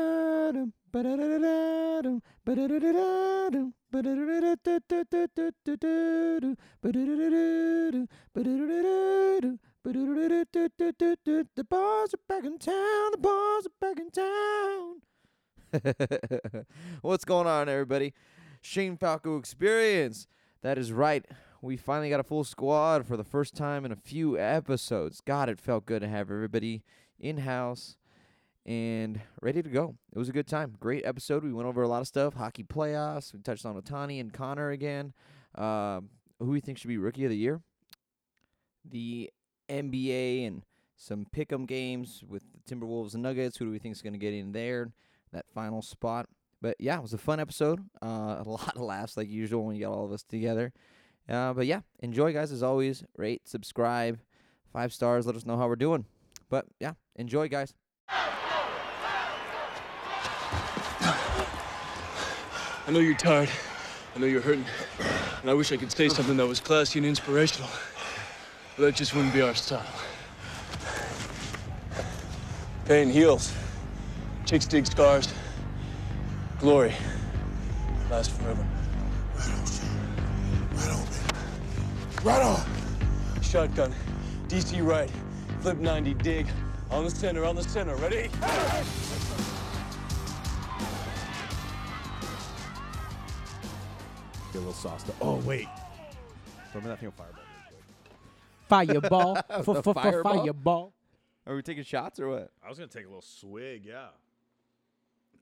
Ba-da-da-da-dum, ba-da-da-da-da-dum, ba-da-da-da-da-dum, ba-da-da-da-da-da-da-da-da-da-do, ba-da-da-da-da-do, ba-da-da-da-da-do, ba-da-da-da-da-da-da-da-da. The boys are back in town. The boys are back in town. What's going on, everybody? Shane Falco Experience. That is right. We finally got a full squad for the first time in a few episodes. God, it felt good to have everybody in house and ready to go. It was a good time. Great episode. We went over a lot of stuff hockey playoffs. We touched on Otani and Connor again. Um, who we think should be rookie of the year? The NBA and some pick 'em games with the Timberwolves and Nuggets. Who do we think is going to get in there? That final spot. But yeah, it was a fun episode. Uh, a lot of laughs, like usual, when you got all of us together. Uh, but yeah, enjoy, guys, as always. Rate, subscribe, five stars. Let us know how we're doing. But yeah, enjoy, guys. I know you're tired. I know you're hurting. And I wish I could say something that was classy and inspirational. But that just wouldn't be our style. Pain heals. Chicks dig scars. Glory lasts forever. Right on. Shotgun. DC right. Flip 90 dig. On the center, on the center. Ready? Get a little sauce. To, oh wait. Throw me that thing of fireball. Fireball. The for, for, for fireball? fireball. Are we taking shots or what? I was gonna take a little swig, yeah.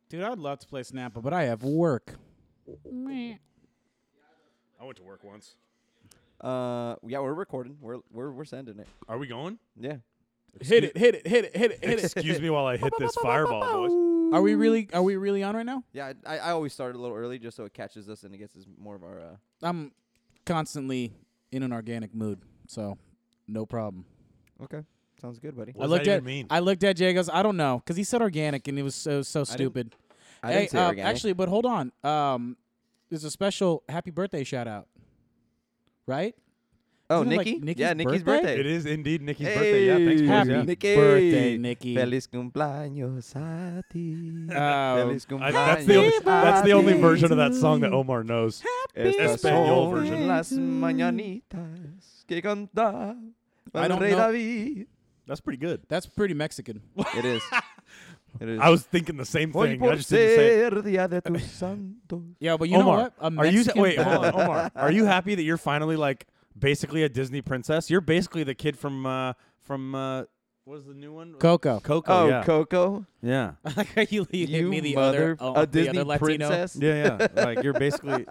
Dude, I would love to play Snapple, but I have work. I went to work once. Uh, yeah, we're recording. We're we're we're sending it. Are we going? Yeah. Hit it, hit it, hit it, hit it, hit it. Excuse me while I hit this fireball, boys. Are we really are we really on right now? Yeah, I, I always start a little early just so it catches us and it gets us more of our. Uh, I'm constantly in an organic mood, so no problem. okay, sounds good, buddy. What does I looked that at even mean? I looked at Jay goes, I don't know, because he said organic and it was so so stupid. I didn't hey, say um, organic. actually, but hold on. Um, there's a special happy birthday shout out, right? oh, isn't it, like, Nikki. Nikki's yeah, Nikki's birthday? birthday. It is indeed Nikki's birthday. Yeah, Hey, thanks, boys. Happy yeah. Nikki. birthday, Nikki. Feliz cumpleaños a ti. Um, Feliz cumpleaños. I- that's the only, that's the only a version of that ti. song that Omar knows. Estas Espanol son version. Las mañanitas que canta I el don't Rey know. David. That's pretty good. That's pretty Mexican. It is. It is. I was thinking the same Hoy thing. I por just didn't say it. ser día de tus santos. Yeah, but you Omar, know what? A are you Mexican wait? Hold on, ballad- Omar, are you happy that you're finally like basically a Disney princess? You're basically the kid from uh from uh, what was the new one? Coco. Coco. Oh, yeah. Coco. yeah. you, you hit me the mother, other, oh, a the Disney other Latino. princess. Yeah, yeah. Like you're basically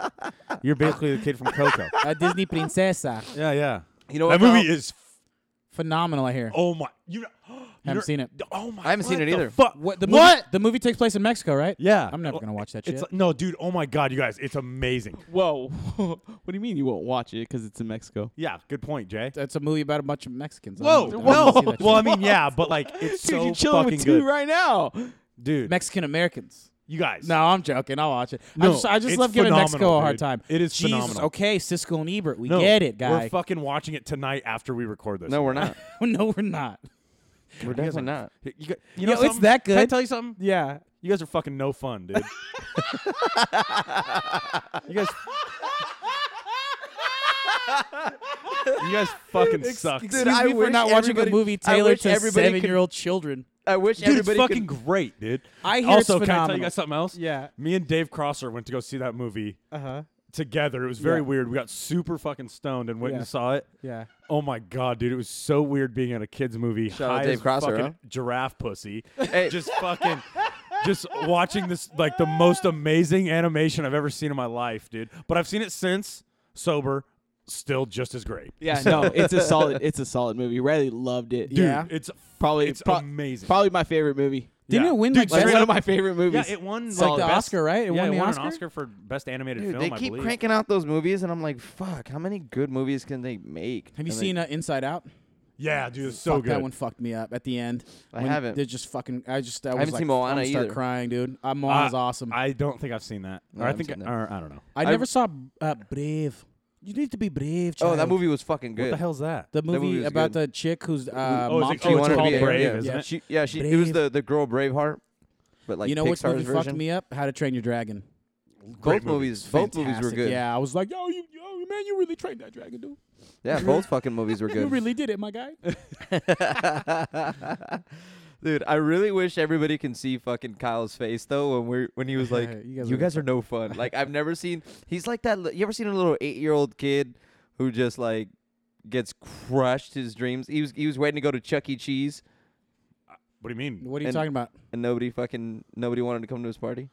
you're basically the kid from Coco. A Disney princesa. Yeah, yeah. You know that what, movie Kyle? is Phenomenal, I hear. oh my. You, you Haven't seen it. Oh my. I haven't seen what it the either. Fuck. What the movie, what? The movie takes place in Mexico, right? Yeah. I'm never Well, gonna watch that It's shit. like, no, dude. Oh my god, you guys, it's amazing. Whoa. what do you mean you won't watch it because it's in Mexico? Yeah, good point, Jay. That's a movie about a bunch of Mexicans. I Whoa, don't- I don't see no. that shit. Well, I mean, yeah, but like, it's Dude, so you're chilling fucking with two good, right now. dude. Mexican Americans. you guys, No, I'm joking. I'll watch it. I No, just, I just it's love giving phenomenal, Mexico a hard dude. time. It is Jesus, phenomenal. Okay, Siskel and Ebert, we No, get it, We're guy. fucking watching it tonight after we record this. No, we're not. no, we're not. We're You guys definitely are- not. You, gu- you know, Yo, it's something? that Can I good? tell you something? Yeah. You guys are fucking no fun, dude. you guys. you guys fucking suck. Dude, Excuse I me for wish not watching a everybody- movie I tailored wish to everybody could- seven-year-old children. I wish Dude, it's everybody fucking could. great, dude. I hear also, can I tell it's you phenomenal. guys something else? Yeah. Me and Dave Crosser went to go see that movie Uh huh. together. It was very Yeah. weird. We got super fucking stoned and went Yeah. and saw it. Yeah. Oh my god, dude! It was so weird being at a kids' movie. Shout out high Dave as Crosser, fucking huh? giraffe pussy. Hey. Just fucking, just watching this like the most amazing animation I've ever seen in my life, dude. But I've seen it since sober, still just as great. Yeah, no, it's a solid it's a solid movie. Riley loved it. Dude, Yeah. it's Probably it's pro- amazing. Probably my favorite movie. Didn't Yeah. it win Dude, like straight Like best one up- of my favorite yeah, movies. it won It's like like the best- Oscar, right? It yeah, won the won Oscar? an Oscar for best animated Dude, film. they I keep believe. cranking out those movies, and I'm like, fuck, how many good movies can they make? Have And you they- seen uh, Inside Out? Yeah, dude, it's so Fuck, good. That one fucked me up at the end. I When haven't. They just fucking. I just. I, was haven't like, seen Moana I'm gonna start either. Crying, dude. Uh, Uh, Moana's awesome. I, I don't think I've seen that. No, I or I haven't think, seen that. or I don't know. never saw uh, Brave. You need to be brave. Child. Oh, that movie was fucking good. What the hell's that? The movie movie was about good. the chick who's uh, Oh, is mom. it- she oh, was it's wanted to called be a- Brave, yeah. isn't yeah. it? She, yeah, she. It was Brave. the the girl Braveheart. but like you know Pixar's which movie version. fucked me up? How to Train Your Dragon. Both Great movie. movies, both movies were Fantastic. good. Yeah, Yeah, I was like, yo, you, yo, man, you really trained that dragon, dude. both fucking movies were You good. really did it, my guy. Dude, I really wish everybody can see fucking Kyle's face though when we're when he was like, You "You guys guys, are- are no fun." Like I've never seen. He's like that. li- You ever seen a little eight-year-old kid who just like gets crushed his dreams? He was he was waiting to go to Chuck E. Cheese, What do you mean? What are you And- talking about? and nobody fuody nobody wanted to come to his party.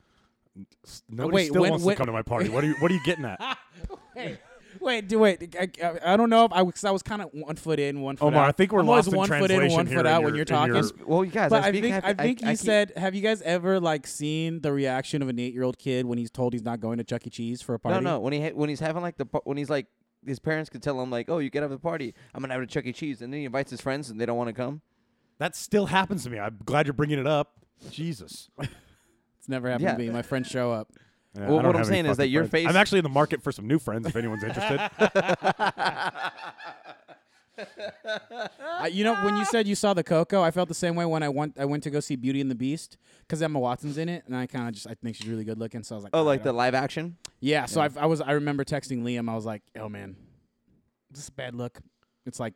S- Nobody wait, still when- wants when- to come to my party. What are you? What are you getting at, Hey, wait, do wait. I, I, I don't know if I because I was kind of one foot in, one foot Omar? out. I think we're I'm always lost in one foot translation in, one here foot out when your- you're in talking. your- Well, you guys, But I, I speak think happy- I think you I keep- said, have you guys ever like seen the reaction of an eight year old kid when he's told he's not going to Chuck E. Cheese for a party? No, no. When he ha- when he's having like the par- when he's like his parents could tell him like, "Oh, you get out of the party. I'm gonna have a Chuck E. Cheese," and then he invites his friends and they don't want to come. that still happens to me. I'm glad you're bringing it up. Jesus. it's never happened to Yeah. me. My friends show up. Yeah, I Well, don't what I'm have any saying is that fucking your friends. face- I'm actually in the market for some new friends if anyone's interested. I, you know, when you said you saw the Coco, I felt the same way when I went I went to go see Beauty and the Beast because Emma Watson's in it, and I kind of just I think she's really good looking, so I was like, Oh, "Nah, I like the don't-" live action. yeah. So I've, I was I remember texting Liam, I was like, oh man, this is a bad look. It's like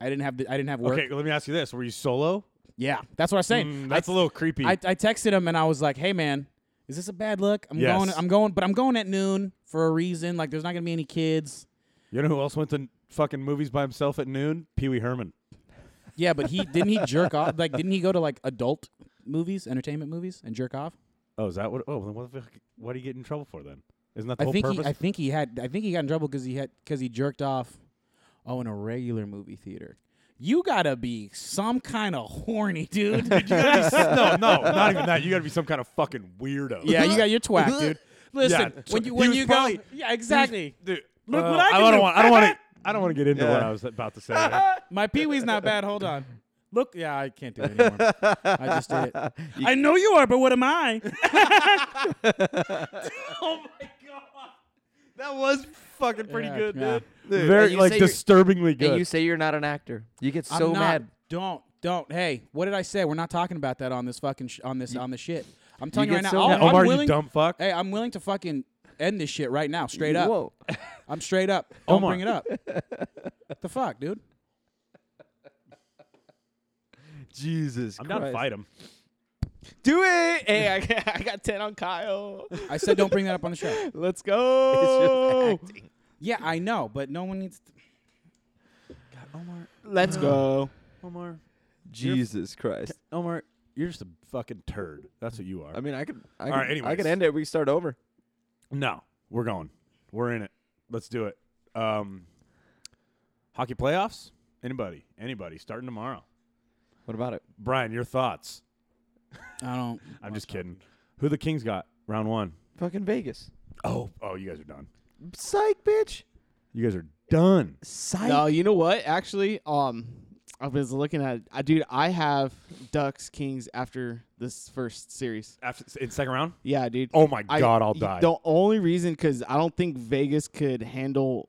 I didn't have the, I didn't have work. okay, let me ask you this: Were you solo? Yeah, that's what I was saying. Mm, that's I, a little creepy. I, I texted him and I was like, "Hey man, is this a bad look? I'm Yes. going. I'm going, but I'm going at noon for a reason. Like, there's not gonna be any kids. you know who else went to fucking movies by himself at noon? Pee Wee Herman. Yeah, but he didn't he jerk off? Like, didn't he go to like adult movies, entertainment movies, and jerk off? Oh, is that what? Oh, then what? the fuck- What do you get in trouble for then? Isn't that the I whole think purpose? he, I think he had I think he got in trouble because he had because he jerked off. Oh, in a regular movie theater. You gotta be some kind of horny dude. You gotta be s- no, no, not even that. You got to be some kind of fucking weirdo. yeah, you got your twat, dude. Listen, Yeah, when tw- you he when was you probably- go, yeah, exactly. Dude, Look uh, what I can don't do. Want, I don't want to. I don't want to get into what Yeah. I was about to say. there. My pee wee's not bad. Hold on. Look, yeah, I can't do it anymore. I just did it. I know you are, but what am I? Oh That was fucking pretty Yeah, good, yeah. dude. Very like disturbingly And good. you say you're not an actor. You get so I'm not, mad. Don't, don't. Hey, what did I say? We're not talking about that on this fucking sh- on this on the shit. I'm telling you, get right so now. mad. I'll- yeah, Omar, Oh, I'm willing, you dumb fuck. Hey, I'm willing to fucking end this shit right now, straight up. Whoa. I'm straight up. Don't Omar. bring it up. the fuck, dude. Jesus I'm down to fight him. Do it. Hey, I got, I got 10 on Kyle. I said don't bring that up on the show. Let's go. Yeah, I know, but no one needs. To- Let's go. Omar, Jesus Christ. Omar, you're just a fucking turd. That's what you are. I mean, I could. I All could, right, I anyways. could end it. We start over. no, we're going. We're in it. Let's do it. Um, hockey playoffs. Anybody? Anybody? Starting tomorrow. What about it? Brian, your thoughts? I don't. I'm just kidding. Who the Kings got? Round one. Fucking Vegas. Oh, oh, you guys are done. Psych, bitch. You guys are done. Psych. No, you know what? Actually, um, I was looking at it. I, dude, I have Ducks Kings after this first series. After in second round. Yeah, dude. Oh my I- God, I'll y- die. The only reason, because I don't think Vegas could handle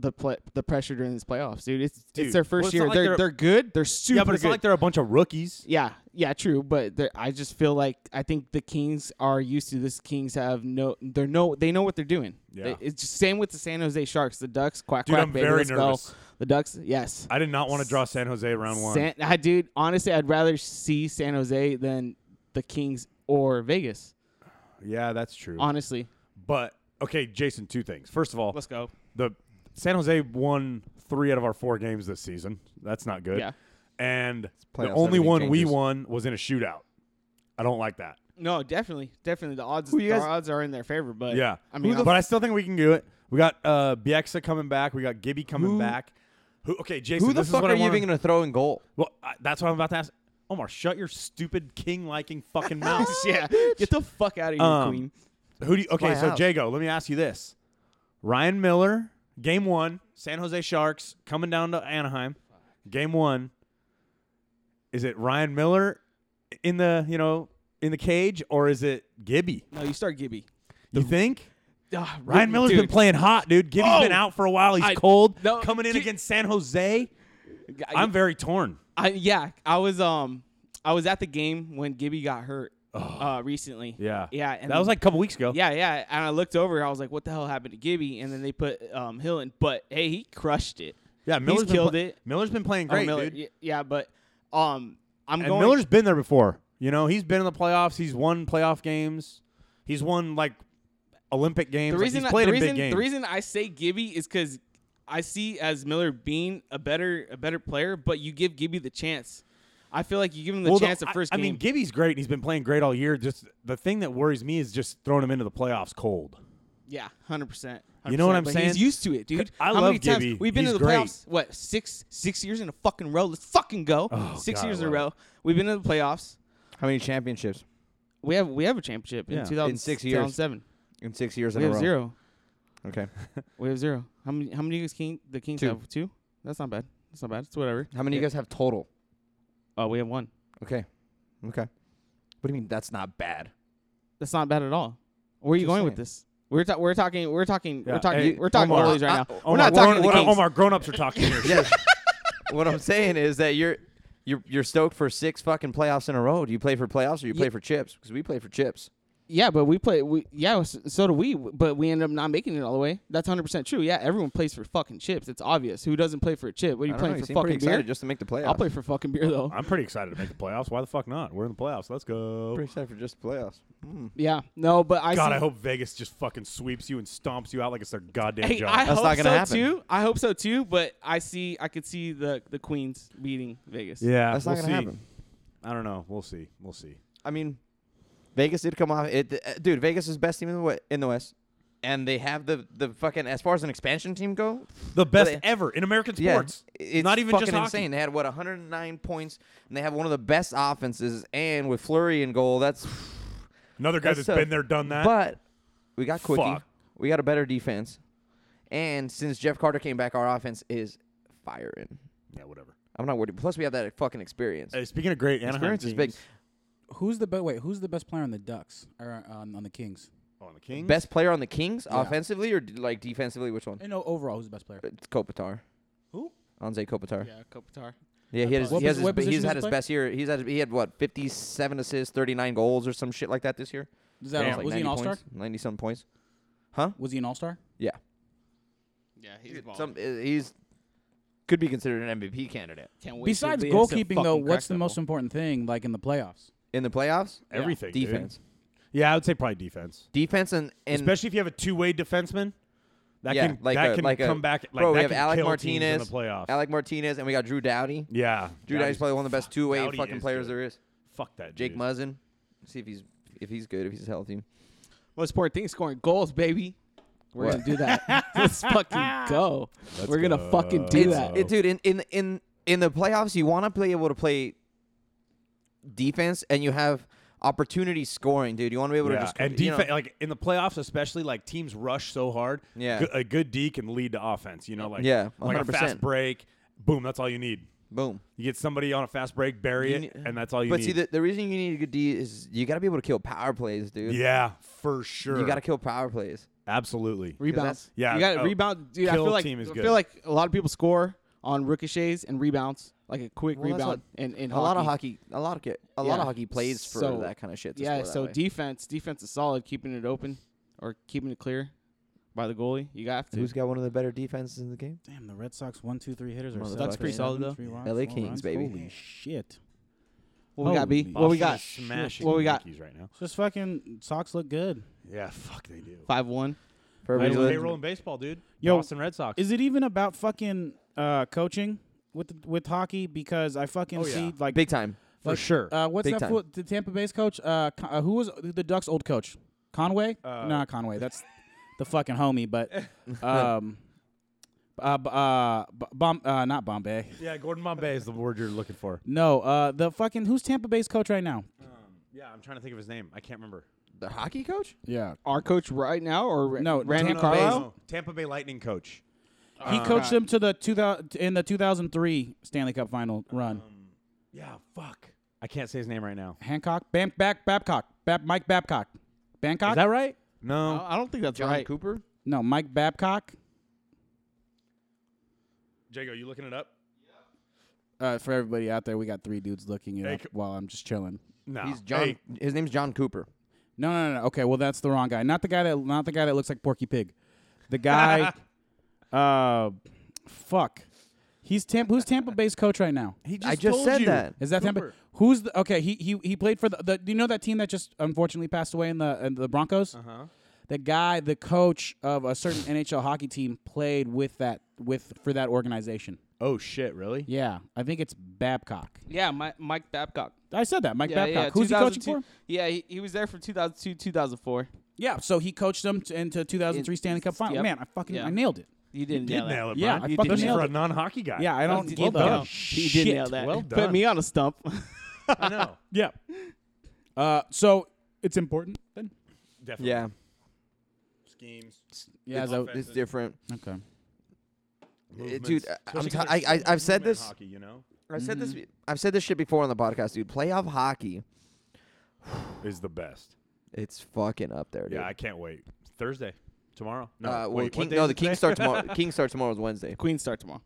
the pla the pressure during this playoffs, dude. It's Dude, it's their well, first it's not year. like they're, they're- they're good. They're super yeah, but it's good. not like they're a bunch of rookies. yeah, yeah, true. But they're- I just feel like I think the Kings are used to this. Kings have no, they're no, they know what they're doing. Yeah. They- it's just same with the San Jose Sharks. The Ducks, quack Dude, quack, I'm baby, very let's go. nervous. The Ducks, yes. I did not want to draw San Jose round one. San, I, dude, honestly, I'd rather see San Jose than the Kings or Vegas. yeah, that's true. Honestly, but okay, Jason, two things. First of all, go. the San Jose won three out of our four games this season. That's not good. Yeah. And the playoffs, only everything one we changes. won was in a shootout. I don't like that. No, definitely, definitely. The odds, Who you the guys- odds are in their favor. But Yeah. I mean, but I still think we can do it. We got uh Bieksa coming back. We got Gibby coming back. Who? Okay, Jason. Who the this is fuck what I are you wanna- even gonna throw in goal? Well, I, that's what I'm about to ask. Omar, shut your stupid king liking fucking mouth. yeah, get the fuck out of here, Um, Queen. Who do you, okay? my So house. Jago, let me ask you this: Ryan Miller, game one, San Jose Sharks coming down to Anaheim, game one. Is it Ryan Miller in the you know in the cage or is it Gibby? No, you start Gibby. You think Ah, Ryan Ri- Miller's dude, been playing hot, dude? Gibby's been Oh! out for a while. He's I- cold. no, coming in dude- against San Jose, I, I'm very torn. I- yeah, I was um, I was at the game when Gibby got hurt, uh, recently. Yeah. Yeah. And that was like a couple weeks ago. Yeah, yeah. And I looked over. I was like, "What the hell happened to Gibby?" And then they put um, Hill in, but hey, he crushed it. yeah. Miller's been killed pla- it. Miller's been playing Oh, great, Miller, dude. y- Yeah, but um, I'm and going. Miller's been there before. You know, he's been in the playoffs. He's won playoff games. He's won like Olympic games. the Like, reason he's played in the reason big games. the reason I say Gibby is because I see as Miller being a better a better player, but you give Gibby the chance. I feel like you give him the Well, chance I- at first I, game. mean, Gibby's great. and He's been playing great all year. Just the thing that worries me is just throwing him into the playoffs cold. yeah, hundred percent. You know what I'm saying? He's used to it, dude. I How love many times Gibby. We've been He's to the great. playoffs. What six six years in a fucking row? Let's fucking go. Oh, Six God, I years in a love row. We've been to the playoffs. How many championships We have we have a championship Yeah. in 2000, In six years. 2007. in six years We in a have row? zero. Okay. We have zero. How many? How many does King the Kings Two. have? Two. That's not bad. That's not bad. It's whatever. How many you guys have total? Oh, we have one. Okay. Okay. What do you mean that's not bad? That's not bad at all. Where are you Just going saying. with this? We're ta- we're talking we're talking Yeah, we're talking hey, we're talking Omar, goalies right now. Omar, we're not talking we're the on- Kings. Omar, grown ups are talking here. Yeah. what I'm saying is that you're you're you're stoked for six fucking playoffs in a row. Do you play for playoffs or you play for chips? Because we play for chips. Yeah, but we play. We, yeah, so, so do we. But we end up not making it all the way. That's hundred percent true. Yeah, everyone plays for fucking chips. It's obvious. Who doesn't play for a chip? What are you I don't know, playing you for seem pretty fucking beer? excited just to make the playoffs. I'll play for fucking beer though. I'm pretty excited to make the playoffs. Why the fuck not? We're in the playoffs. Let's go. pretty excited for just the playoffs. Mm. Yeah, no, but I. God, see- I hope Vegas just fucking sweeps you and stomps you out like it's their goddamn Hey, job. I That's hope not gonna so happen. too. I hope so too. But I see. I could see the the Queens beating Vegas. yeah, That's we'll not see. gonna happen. I don't know. We'll see. We'll see. I mean, Vegas did come off. It, uh, dude, Vegas is best team in the West, in the West, and they have the the fucking as far as an expansion team go. The best they- ever in American Yeah, sports. it's not even fucking just hockey. insane. They had what 109 points, and they have one of the best offenses. And with Flurry in goal, that's Another guy That's that's tough. been there, done that. But we got quickie. Fuck. We got a better defense. And since Jeff Carter came back, our offense is firing. yeah, whatever. I'm not worried. Plus, we have that fucking experience. Hey, speaking of great Anaheim experience is big. teams- Who's the be- wait? Who's the best player on the Ducks or on, on the Kings? Oh, and the Kings. Best player on the Kings, offensively or d- like defensively? Which one? I know overall who's the best player. It's Kopitar. Who? Anze Kopitar. Yeah, Yeah, Kopitar. he had his, What he has posi- his, what be- he's position had does his he play? best year. He's had he had what 57 assists, 39 goals, or some shit like that this year. Is that It all, was he an 90 All Star? points, 90 some points. Was he an All Star? Yeah, Yeah, he's Dude, some uh, he's could be considered an MVP candidate Besides goalkeeping, though, what's the most important thing like in the playoffs? in the playoffs. Everything. dude. Defense, Yeah, I would say probably defense. defense, and, and especially if you have a two-way defenseman. That yeah, can like that a, can like a- come back. Like bro, that we have can Alec kill Martinez teams in the playoffs. Alec Martinez, and we got Drew Dowdy. yeah, Drew Dowdy's probably one of the best two way Doughty fucking is players good. there is. Fuck that. Jake dude. Muzzin, see if he's if he's good, if he's healthy. most important thing? Scoring goals, baby. We're What? gonna do that. Let's Ah. fucking go. Let's We're gonna go. fucking do It's- that. it- dude, in in in in the playoffs, you want to be able to play defense, and you have opportunity scoring, dude. You want to be able to Yeah, just and you know- defense, like in the playoffs, especially like teams rush so hard. Yeah. good- a good D can lead to offense. You know, like Yeah, like a 100%. fast break. Boom, that's all you need. boom. You get somebody on a fast break, bury You it, need- and that's all you But need. see, the, the reason you need a good D is you got to be able to kill power plays, dude. yeah, for sure. You got to kill power plays. absolutely. Rebounds. that's- Yeah, you got to oh, rebound. Dude, I kill feel like team is I good. feel like a lot of people score on ricochets and rebounds, like a quick Well, that's rebound. what- And in a lot of hockey, a lot of ki- a lot Yeah. of hockey plays for So- that kind of shit. To Yeah. score that So way. defense, defense is solid, keeping it open or keeping it clear by the goalie. You got to. Who's got one of the better defenses in the game? Damn, the Red Sox one, two, three hitters are Motherfucker. are. set That's pretty solid, though. LA Kings, baby. Holy shit! what we got? B. Holy What we Boston's got? Smashing What the we got? Yankees right now. Just fucking Sox look good. Yeah, fuck they do. Five one. For They Rizzo- payroll in baseball, dude. Yo, Boston Red Sox. Is it even about fucking uh, coaching with with hockey? Because I fucking Oh, yeah. see like big time. for like, sure. Uh, what's Big that? time. Fool, the Tampa Bay's coach. Uh, Con- uh, who was the Ducks' old coach? Conway? Uh, nah, Conway. That's the fucking homie. But um, uh, b- uh, b- bomb, uh, not Bombay. yeah, Gordon Bombay is the word you're looking for. No, uh, the fucking who's Tampa Bay's coach right now? Um, Yeah, I'm trying to think of his name. I can't remember. The hockey coach? Yeah, Our coach right now, or No, Randy Tampa Carlisle. Tampa Bay Lightning coach. he coached them to the 2000 in the 2003 Stanley Cup final run. Yeah, fuck. I can't say his name right now. Hancock, Bam, back, Babcock, Bab, Mike Babcock, Babcock. Is that right? I No. don't- I don't think that's John right. Cooper? no, Mike Babcock. Jago, you looking it up? Uh, for everybody out there, we got three dudes looking it Hey, up c- while I'm just chilling. No. He's John. Hey, His name's John Cooper. No, no, no, no. Okay, well that's the wrong guy. Not the guy that not the guy that looks like Porky Pig. The guy uh fuck. He's Tampa who's Tampa Bay's coach right now? he I just told said you. that. Is that Tampa? Cooper. Who's the Okay, he he he played for the, the do you know that team that just unfortunately passed away in the in the Broncos? Uh-huh. The guy, the coach of a certain NHL hockey team played with that with for that organization. Oh shit! Really? Yeah, I think it's Babcock. Yeah, Mi- Mike Babcock. I said that, Mike yeah, Babcock. yeah, Who's he coaching for? 2002 Yeah, he, he was there from 2002 2004. Yeah, so he coached them to, into 2003 Stanley Cup final. yep. Man, I fucking Yeah. I nailed it. You didn't Did nail, nail it, Yeah, Brian. I You fucking Especially nailed for a it. non-hockey guy. Yeah, I Well don't done. give Well a done. He shit. did nail that. Well Put done. me on a stump. I know. Yeah. Uh, so it's important then. Definitely. Yeah, Schemes. Yeah. it's, So, it's different, okay. Uh, dude. I, I'm t- I, I, I've said this. Hockey, you know, I've said this. Mm-hmm. I've said this shit before on the podcast, dude. Playoff hockey, is the best. it's fucking up there, dude. Yeah, I can't wait. Thursday, tomorrow. No, uh, well, wait, what King, day no, is the it King today? start tomorrow. King start tomorrow is Wednesday. Queen start tomorrow.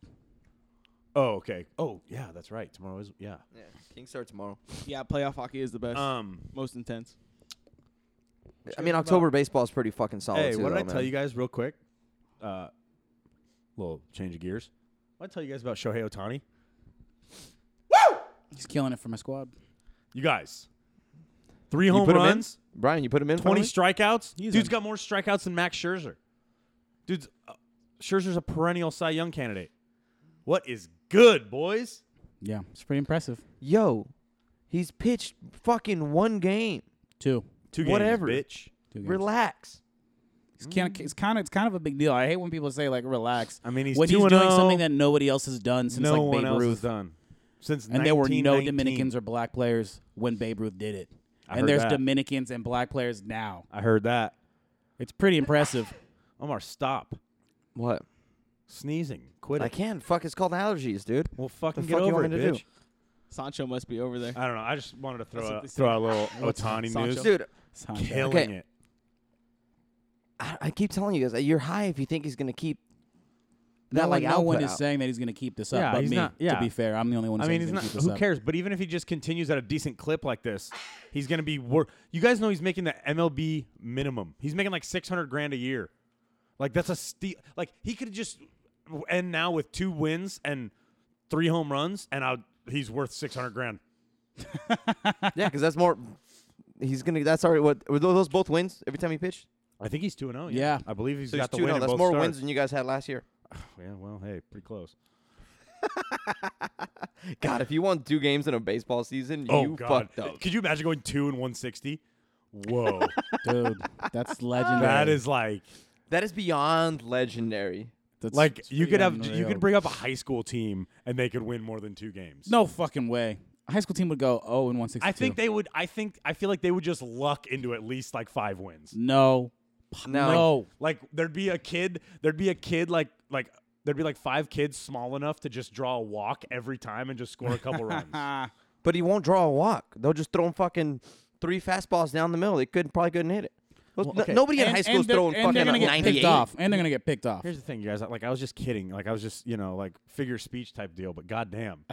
Oh, okay. Oh, yeah, that's right. Tomorrow is yeah. Yeah, King start tomorrow. Yeah, playoff hockey is the best, Um, most intense. I mean, October baseball is pretty fucking solid. hey, too, what did though, I tell man. you guys real quick? Uh, little change of gears. What did I tell you guys about Shohei Otani? He's killing it for my squad. You guys, three You home put him in? runs, Brian? You put him in twenty finally? strikeouts. He's Dude's in. got more strikeouts than Max Scherzer. Dude's uh, Scherzer's a perennial Cy Young candidate. What is good, boys? Yeah, it's pretty impressive. Yo, he's pitched fucking one game. Two. Two games, Whatever. bitch. Two games. Relax. It's kind of it's kind of it's kind of a big deal. I hate when people say like relax. I mean, he's when 2 he's doing and 0. something that nobody else has done since no like one Babe else Ruth, has done since. and there were no 1919. Dominicans or black players when Babe Ruth did it. I and heard there's that. Dominicans and black players now. I heard that. It's pretty impressive. Omar, stop What? sneezing. Quit I it. can't. Fuck, it's called allergies, dude. Well, fucking The get fuck you over want it, me to do? bitch. Sancho must be over there. I don't know. I just wanted to throw That's what out, they say. throw out a little Otani Sancho. news. Dude, Sancho. Killing Okay. it. I, I keep telling you guys, uh, you're high if you think he's gonna keep that no, like one- no one output is out. saying that he's going to keep this up, Yeah, but he's me. not- yeah. To be fair, I'm the only one. I mean, saying he's he's not. gonna keep this Who up. cares? But even if he just continues at a decent clip like this, he's gonna be worth. You guys know he's making the MLB minimum. He's making like six hundred grand a year. Like that's a steal. Like he could just end now with two wins and three home runs, and I he's worth six hundred grand. yeah, because that's more. He's gonna. That's already what were tho- those both wins every time he pitched. I think he's two and zero. Yeah. I believe he's So he's got the two. win. No, in that's both more starts. wins than you guys had last year. Yeah, well, hey, pretty close. God, if you won two games in a baseball season, Oh you God! fucked up. Could you imagine going two and one sixty? Whoa, dude? That's legendary. that is like That is beyond legendary. That's like you pretty could have you unreal. could bring up a high school team and they could win more than two games. no fucking way. A high school team would go oh and one sixty. I think they would. I think I feel like they would just luck into at least like five wins. no, No. no. Like there'd be a kid. There'd be a kid like like there'd be like five kids small enough to just draw a walk every time and just score a couple runs. Ah, But he won't draw a walk. They'll just throw him fucking three fastballs down the middle. They could probably couldn't hit it. Those- no- okay. nobody in And- high school and is they're- throwing and they're fucking gonna like get picked 98. off, and they're gonna get picked off. Here's the thing, you guys. Like I was just kidding. Like I was just you know like figure speech type deal. But goddamn,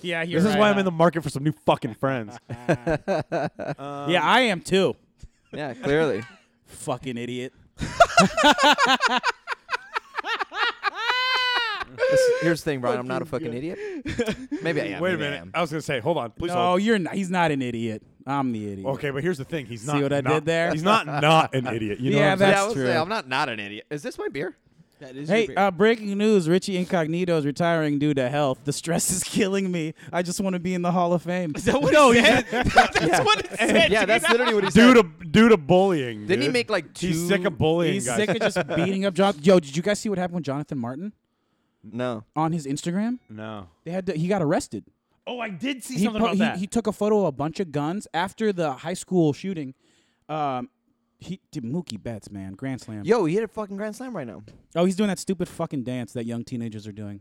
yeah, this is why I'm in the market for some new fucking friends. yeah, I am too. Yeah, clearly. Fucking idiot. This- Here's the thing, Brian. I'm not a fucking idiot. Maybe I am. Wait a maybe I minute. am. I was gonna say, hold on, please. No, hold. you're not. He's not an idiot. I'm the idiot. Okay, but here's the thing. He's not. what I not- did there? He's not not an idiot. You know. Yeah, what I'm that's saying? I was true. saying, I'm not not an idiot. Is this my beer? That is Hey, uh, breaking news: Richie Incognito is retiring due to health. The stress is killing me. I just want to be in the Hall of Fame. no, that's what it said. Yeah, that's literally what he said. due to due to bullying. Didn't he dude. make like two? He's sick of bullying. He's guys. sick of just beating up John. Yo, did you guys see what happened with Jonathan Martin No. on his Instagram? No. They had to, he got arrested. Oh, I did see He, something po- about he, that. he took a photo of a bunch of guns after the high school shooting. Um, he did Mookie Betts, man, grand slam. Yo, he hit a fucking grand slam right now. Oh, he's doing that stupid fucking dance that young teenagers are doing.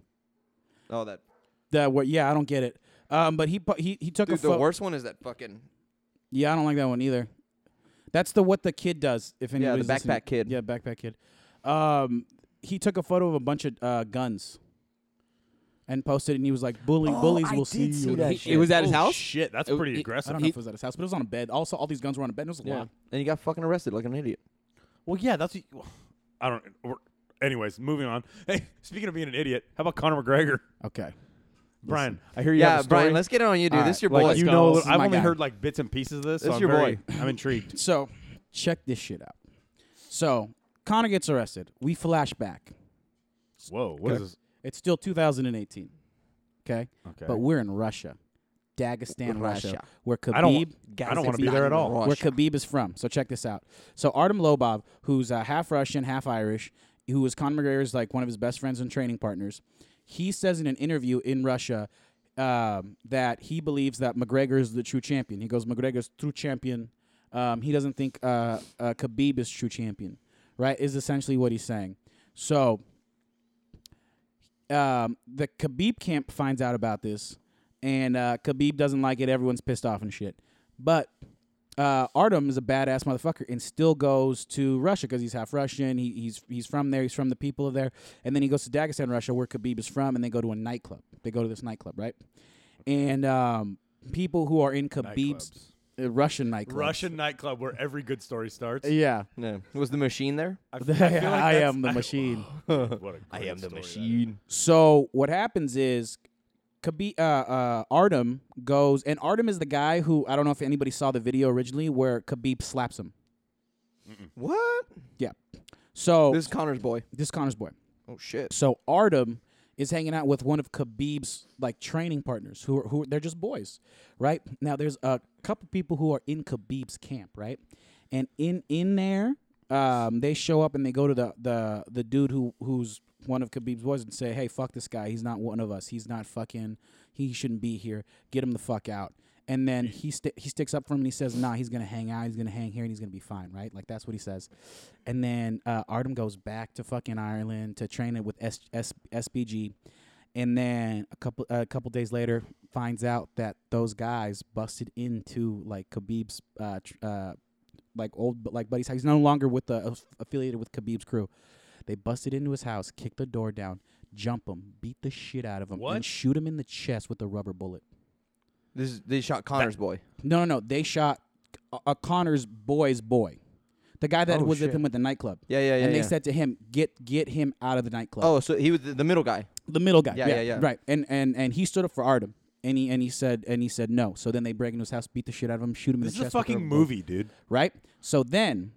Oh, that That what? Yeah, I don't get it. Um, but he po- he he took dude. a The photo. worst one is that fucking. Yeah, I don't like that one either. That's the what the kid does. If the anybody's listening. backpack kid. Yeah, backpack kid. Um, he took a photo of a bunch of uh, guns, and posted, and he was like, "Bully, Oh, bullies will see you." and he- It was at his Oh, house. Shit, that's It- pretty it- I aggressive. don't know if it was at his house, but it was on a bed. Also, all these guns were on a bed. And it was a Yeah. lot. And he got fucking arrested like an idiot. Well, yeah, that's. what- I don't. We're, anyways, moving on. Hey, speaking of being an idiot, how about Conor McGregor? Okay. Brian, I hear you. yeah, have a Brian, story. Oh, let's get it on you, dude. All this right, is your like boy. you go. know. This is I've my only guy. heard like bits and pieces of This this. so is I'm your very- boy. I'm intrigued. So, check this shit out. So, Connor gets arrested. We flash back. Whoa, what is this? It's still 2018. Okay? Okay. But we're in Russia. Dagestan, Russia. Russia. Where Khabib I don't. I don't want to be there at all. Russia. where Khabib is from. So check this out. So Artem Lobov, who's uh, half Russian, half Irish, who was Conor McGregor's like one of his best friends and training partners, he says in an interview in Russia um, that he believes that McGregor is the true champion. He goes, McGregor's true champion. Um, he doesn't think uh, uh, Khabib is true champion. Right is essentially what he's saying. So um, the Khabib camp finds out about this, and uh, Khabib doesn't like it. Everyone's pissed off and shit. But uh, Artem is a badass motherfucker and still goes to Russia because he's half Russian. He, he's he's from there. He's from the people of there. And then he goes to Dagestan, Russia, where Khabib is from, and they go to a nightclub. They go to this nightclub, right? And um, people who are in Khabib's uh, Russian nightclub, Russian nightclub where every good story starts. yeah, No. Was the machine there? I, feel like I that's- am the machine. What a great story that is. So what happens is, Khabib, uh, uh, Artem goes, and Artem is the guy who I don't know if anybody saw the video originally where Khabib slaps him. What? Yeah. So This this, is Connor's boy. this Connor's boy. Oh shit. So Artem is hanging out with one of Khabib's like training partners who are, who are, they're just boys, right? Now there's a couple people who are in Khabib's camp, right? And in in there, um, they show up and they go to the the the dude who who's one of Khabib's boys and say, "Hey, fuck this guy. He's not one of us. He's not fucking. He shouldn't be here. Get him the fuck out." And then he sti he sticks up for him and he says, "Nah, he's gonna hang out. He's gonna hang here and he's gonna be fine, right? Like that's what he says." And then uh, Artem goes back to fucking Ireland to train it with S- S- SBG, and then a couple a couple days later finds out that those guys busted into like Khabib's uh, tr- uh, like old bu- like buddy's house. He's no longer with the aff- affiliated with Khabib's crew. They busted into his house, kicked the door down, jump him, beat the shit out of him, What? and shoot him in the chest with a rubber bullet. This is, they shot Connor's boy. No, no, no. They shot a, a Connor's boy's boy, the guy that Oh, was shit. with him at the nightclub. Yeah, yeah, yeah. and they yeah. said to him, "Get get him out of the nightclub." Oh, so he was the, the middle guy. the middle guy. Yeah, yeah, yeah. Right, and and and he stood up for Artem, and he and he said and he said no. So then they break into his house, beat the shit out of him, shoot him This is in the a chest. with fucking rubber bullets, movie, dude. right? So then,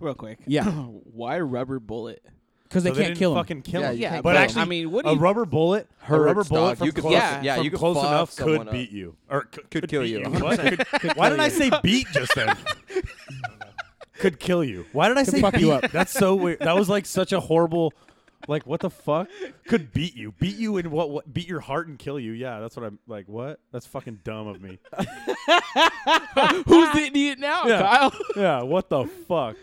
Real quick. yeah, Why rubber bullet? because they So can't didn't kill him. Fucking kill Yeah, him. you can't But kill him. actually, I mean, what do a you- rubber bullet, a Hurts, rubber bullet dog. from You could- close, yeah, from yeah, you could close fuck enough could someone up. beat you, or c- could kill beat you. What? Could- Why did I say beat just then? could kill you. Why did I say fuck beat? you up. That's so weird. That was like such a horrible. Like what the fuck? Could beat you? Beat you in what? What? Beat your heart and kill you? Yeah, that's what I'm like. What? That's fucking dumb of me. Who's the idiot now, Yeah. Kyle? yeah. What the fuck?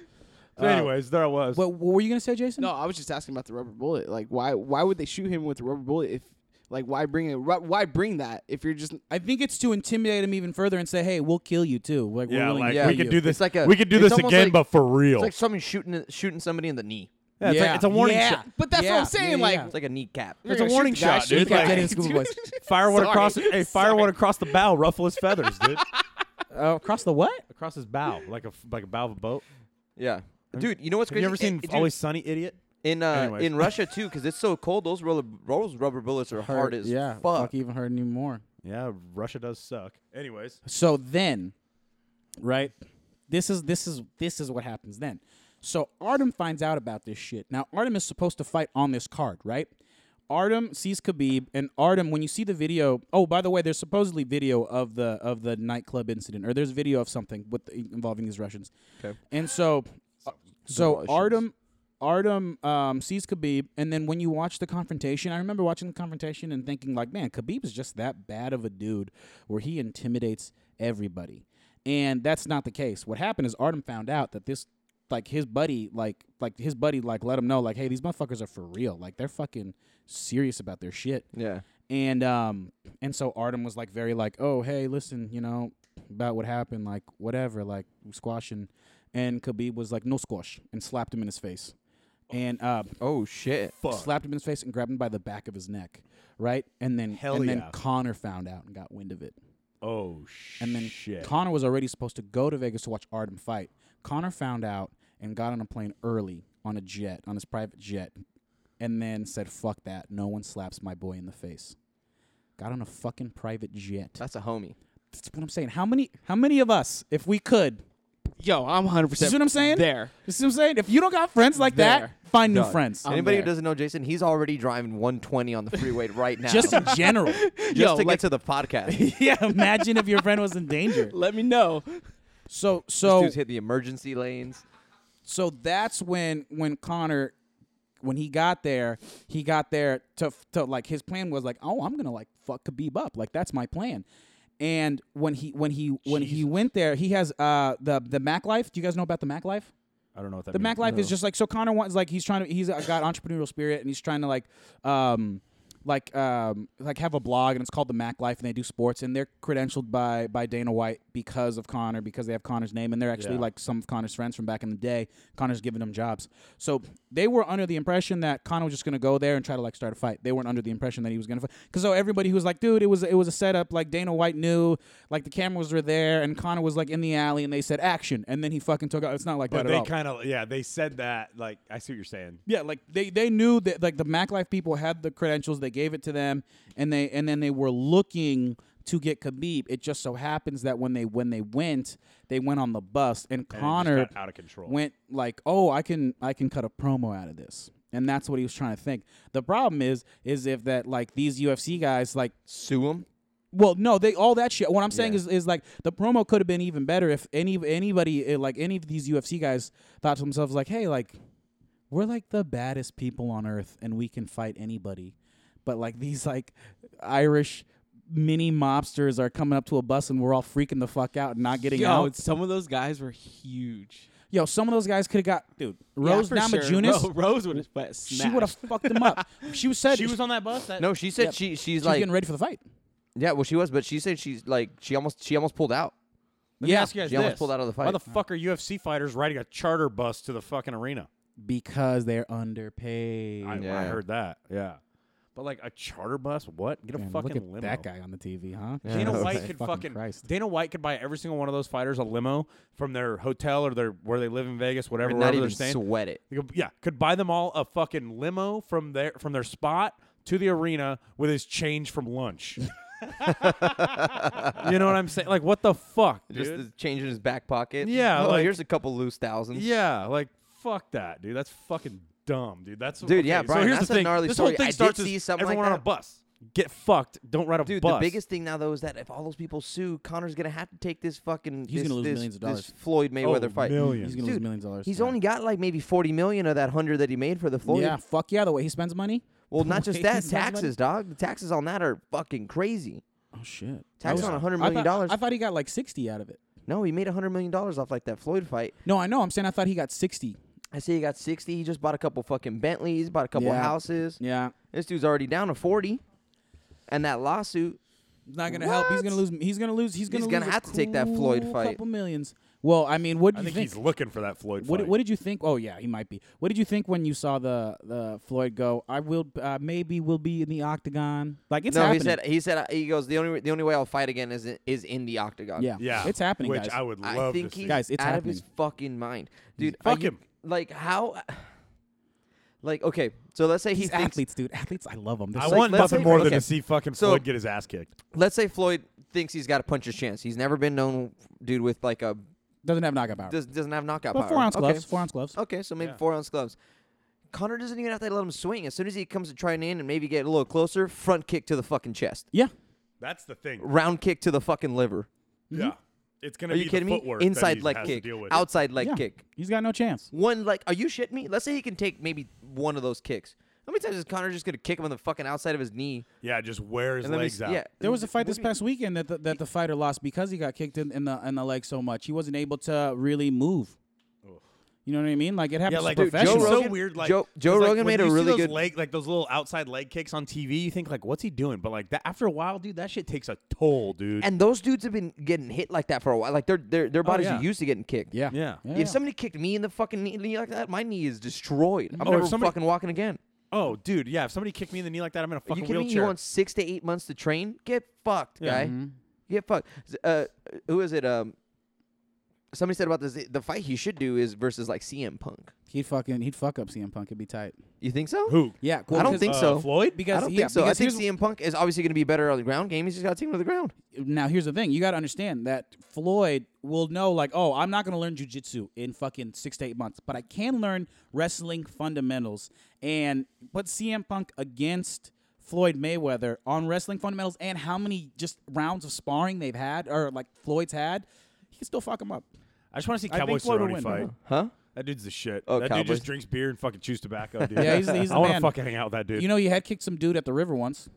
So Uh, anyways, there I was. What, what were you gonna say, Jason? no, I was just asking about the rubber bullet. Like, why? Why would they shoot him with a rubber bullet? If like, why bring it? ru- Why bring that? If you're just I think it's to intimidate him even further and say, "Hey, we'll kill you too." Like, yeah, we're willing like to yeah, kill we could you. do this. It's like a- we could do it's this almost again, like- but for real. It's like someone shooting shooting somebody in the knee. Yeah, it's, Yeah. like, it's a warning Yeah. shot. But that's what Yeah, I'm saying. yeah, like, yeah. It's like a kneecap. It's a You're warning gonna shoot the guy, shot, shoot dude. the Kept guy. Like, getting Scuba Boys. firewood Sorry. across. Hey, firewood across the bow, ruffle his feathers, dude. Uh, across the what? across his bow, like a like a bow of a boat. Yeah, dude. You know what's Have crazy? you ever seen Eh, dude, Always Sunny, idiot? in uh, Anyways. in Russia too? Because it's so cold. Those rubber, those rubber bullets are hard as yeah, fuck. even hurt anymore. Yeah, Russia does suck. Anyways, So then, right? This is this is this is what happens then. So Artem finds out about this shit. Now Artem is supposed to fight on this card, right? Artem sees Khabib, and Artem, when you see the video, oh by the way, there's supposedly video of the of the nightclub incident, or there's video of something with involving these Russians. Okay. And so, so Artem, Artem um, sees Khabib, and then when you watch the confrontation, I remember watching the confrontation and thinking like, man, Khabib is just that bad of a dude where he intimidates everybody, and that's not the case. What happened is Artem found out that this, like his buddy, like like his buddy, like let him know, like, hey, these motherfuckers are for real, like they're fucking serious about their shit Yeah. and um and so Artem was like very like oh hey listen you know about what happened like whatever like squashing and Khabib was like no squash and slapped him in his face and uh, Oh shit. slapped him in his face and grabbed him by the back of his neck, right? And then Hell and then yeah. Connor found out and got wind of it. Oh shit. And then Connor was already supposed to go to Vegas to watch Artem fight. Connor found out and got on a plane early on a jet, on his private jet, and then said, "Fuck that! No one slaps my boy in the face." Got on a fucking private jet. That's a homie. That's what I'm saying. How many? How many of us, if we could, Yo, I'm 100. percent See what I'm saying? There. you see what I'm saying? If you don't got friends like There. that, find new Done. friends. I'm Anybody who there. doesn't know Jason, he's already driving 120 on the freeway right now. Just in general. Just Yo, to like- get to the podcast. yeah. Imagine if your friend was in danger. Let me know. So These so dudes hit the emergency lanes. so that's when when Connor when he got there, he got there to to like his plan was like, "Oh, I'm going to like fuck Khabib up. Like that's my plan." And when he when he when he went there, he has uh the the Mac Life. Do you guys know about the Mac Life? I don't know what that The means. Mac Life is just like so. Connor wants like he's trying to he's uh, got entrepreneurial spirit and he's trying to like um like um like have a blog and it's called the Mac Life and they do sports and they're credentialed by by Dana White because of Connor because they have Connor's name and they're actually Yeah. like some of Connor's friends from back in the day. Connor's giving them jobs, so they were under the impression that Connor was just gonna go there and try to like start a fight. They weren't under the impression that he was gonna fight because so everybody who was like, dude, it was it was a setup. Like Dana White knew, like the cameras were there and Connor was like in the alley and they said action and then he fucking took out. It's not like But that at they all. kind of yeah they said that like I see what you're saying. Yeah, like they they knew that like the MacLife people had the credentials. They gave it to them, and they and then they were looking to get Khabib. It just so happens that when they when they went, they went on the bus, and just Connor got out of control. went like, oh, I can I can cut a promo out of this, and that's what he was trying to think. The problem is is if that like these UFC guys like Sue him. well, no, they all that shit. What I'm saying is, is like the promo could have been even better if any anybody eh, like any of these UFC guys thought to themselves like, hey, like we're like the baddest people on earth and we can fight anybody, but like these like Irish mini mobsters are coming up to a bus and we're all freaking the fuck out and not getting Yo, out. some of those guys were huge. Yo, some of those guys could have got dude Rose yeah, for sure. Namajunas. Ro- Rose would have she would have fucked them up. She was said She was on that bus. That No, she said Yep. she she's she's like getting ready for the fight. yeah, well she was, but she said she's like she almost she almost pulled out. Let me yeah, ask you guys she almost this. pulled out of the Why fight. the fuck are UFC fighters riding a charter bus to the fucking arena? because they're underpaid. I, I Yeah. heard that. Yeah. But like a charter bus, what? Get a Man, fucking look at limo. that guy on the TV, huh? Dana Yeah, White right. could Fucking fucking Christ. Dana White could buy every single one of those fighters a limo from their hotel or their where they live in Vegas, whatever, And wherever not even they're staying. sweat it. He could- yeah, could buy them all a fucking limo from their from their spot to the arena with his change from lunch. you know what I'm saying? Like what the fuck, dude? Just the change in his back pocket. Yeah, Oh, like- here's a couple loose thousands. Yeah, like fuck that, dude. That's fucking dumb, dude. That's Dude, yeah, okay, So Brian, here's that's the a thing. gnarly this story. whole I thing did starts see as something like everyone on a that. bus. Get fucked. Don't ride a Dude, bus. the biggest thing now though is that if all those people sue, Connor's gonna have to take this fucking He's this, gonna lose this- millions of this dollars. Floyd Mayweather Oh, fight. millions. He's gonna lose Dude, millions of dollars. He's yeah. only got like maybe forty million of that hundred that he made for the Floyd. Yeah, fuck yeah, the way he spends money. Well, The not just way he that, spends money. taxes, dog. The taxes on that are fucking crazy. Oh shit. Tax Oh, on yeah. $100 I million thought- dollars. I thought he got like sixty out of it. No, he made hundred million dollars off like that Floyd fight. No, I know. I'm saying I thought he got sixty. I say he got sixty. He just bought a couple fucking Bentleys, bought a couple Yeah. houses. Yeah, This dude's already down to forty, and that lawsuit. not gonna help. He's gonna lose. He's gonna lose. He's gonna. He's gonna lose a have to take that Floyd cool fight. Couple millions. Well, I mean, what do I you think, think? he's looking for that Floyd what, fight. what did you think? Oh yeah, he might be. What did you think when you saw the the Floyd go? I will uh, maybe will be in the octagon. Like it's no, happening. he said he said uh, he goes the only the only way I'll fight again is in, is in the octagon. yeah, yeah, it's happening, Which guys. I would love I think to see. he's Guys, it's out of his happening. fucking mind, dude. are Fuck you- him. Like how? Like okay, so let's say he He's thinks. athletes, dude. Athletes, I love them. I like, want let's nothing say- more than okay. to see fucking So- Floyd get his ass kicked. Let's say Floyd thinks he's got a puncher's chance. He's never been known, dude, with like a doesn't have knockout power. does, doesn't have knockout But power. four ounce okay. gloves. Four ounce gloves. Okay, so maybe Yeah. four ounce gloves. Connor doesn't even have to let him swing. As soon as he comes to try and in and maybe get a little closer, front kick to the fucking chest, Yeah. That's the thing. round kick to the fucking liver. Yeah, it's gonna Are be you kidding the me? footwork that Inside he leg has to kick, deal with. outside leg yeah. kick. He's got no chance. One like, are you shitting me? Let's say he can take maybe one of those kicks. How many times is Connor just gonna kick him on the fucking outside of his knee? Yeah, just wear his And let me legs s- out. Yeah, There was a fight this What do you- past weekend that the, that the fighter lost because he got kicked in, in the in the leg so much. He wasn't able to really move. You know what I mean? Like it happens Yeah, like to dude, Joe professionals. Rogan, Rogan- so weird. Like Joe- Joe 'cause, like, Rogan when made a you see really those good- leg, like those little outside leg kicks on TV. You think like, what's he doing? But like that after a while, dude, that shit takes a toll, dude. And those dudes have been getting hit like that for a while. Like their their their bodies yeah. are used to getting kicked. Oh, yeah. Yeah. If somebody kicked me in the fucking knee- knee like that, my knee is destroyed. I'm Oh, if never somebody- fucking walking again. oh, dude, yeah. If somebody kicked me in the knee like that, I'm in a Are fucking you kidding me? wheelchair. You want six to eight months to train? Get fucked, Yeah. guy. Mm-hmm. Get fucked. Z- Uh, who is it? Um, somebody said about this. The fight he should do is versus like CM Punk. He'd fucking he'd fuck up CM Punk. It'd be tight. You think so? Who? Yeah, cool. I don't because- think Uh, so. Floyd? Because I don't yeah, think so. I because think here's- CM Punk is obviously going to be better on the ground game. He's just got to take him to the ground. now here's the thing you got to understand that floyd will know like oh i'm not going to learn jujitsu in fucking six to eight months but i can learn wrestling fundamentals and put cm punk against floyd mayweather on wrestling fundamentals and how many just rounds of sparring they've had or like floyd's had he can still fuck him up I just want to see I think Cowboy Floyd would Cerrone win. fight. Huh? That dude's the shit. Oh, that dude Cowboys. just drinks beer and fucking chews tobacco, dude. Yeah, he's- he's I the wanna man. fucking hang out with that dude. you know you head kicked some dude at the river once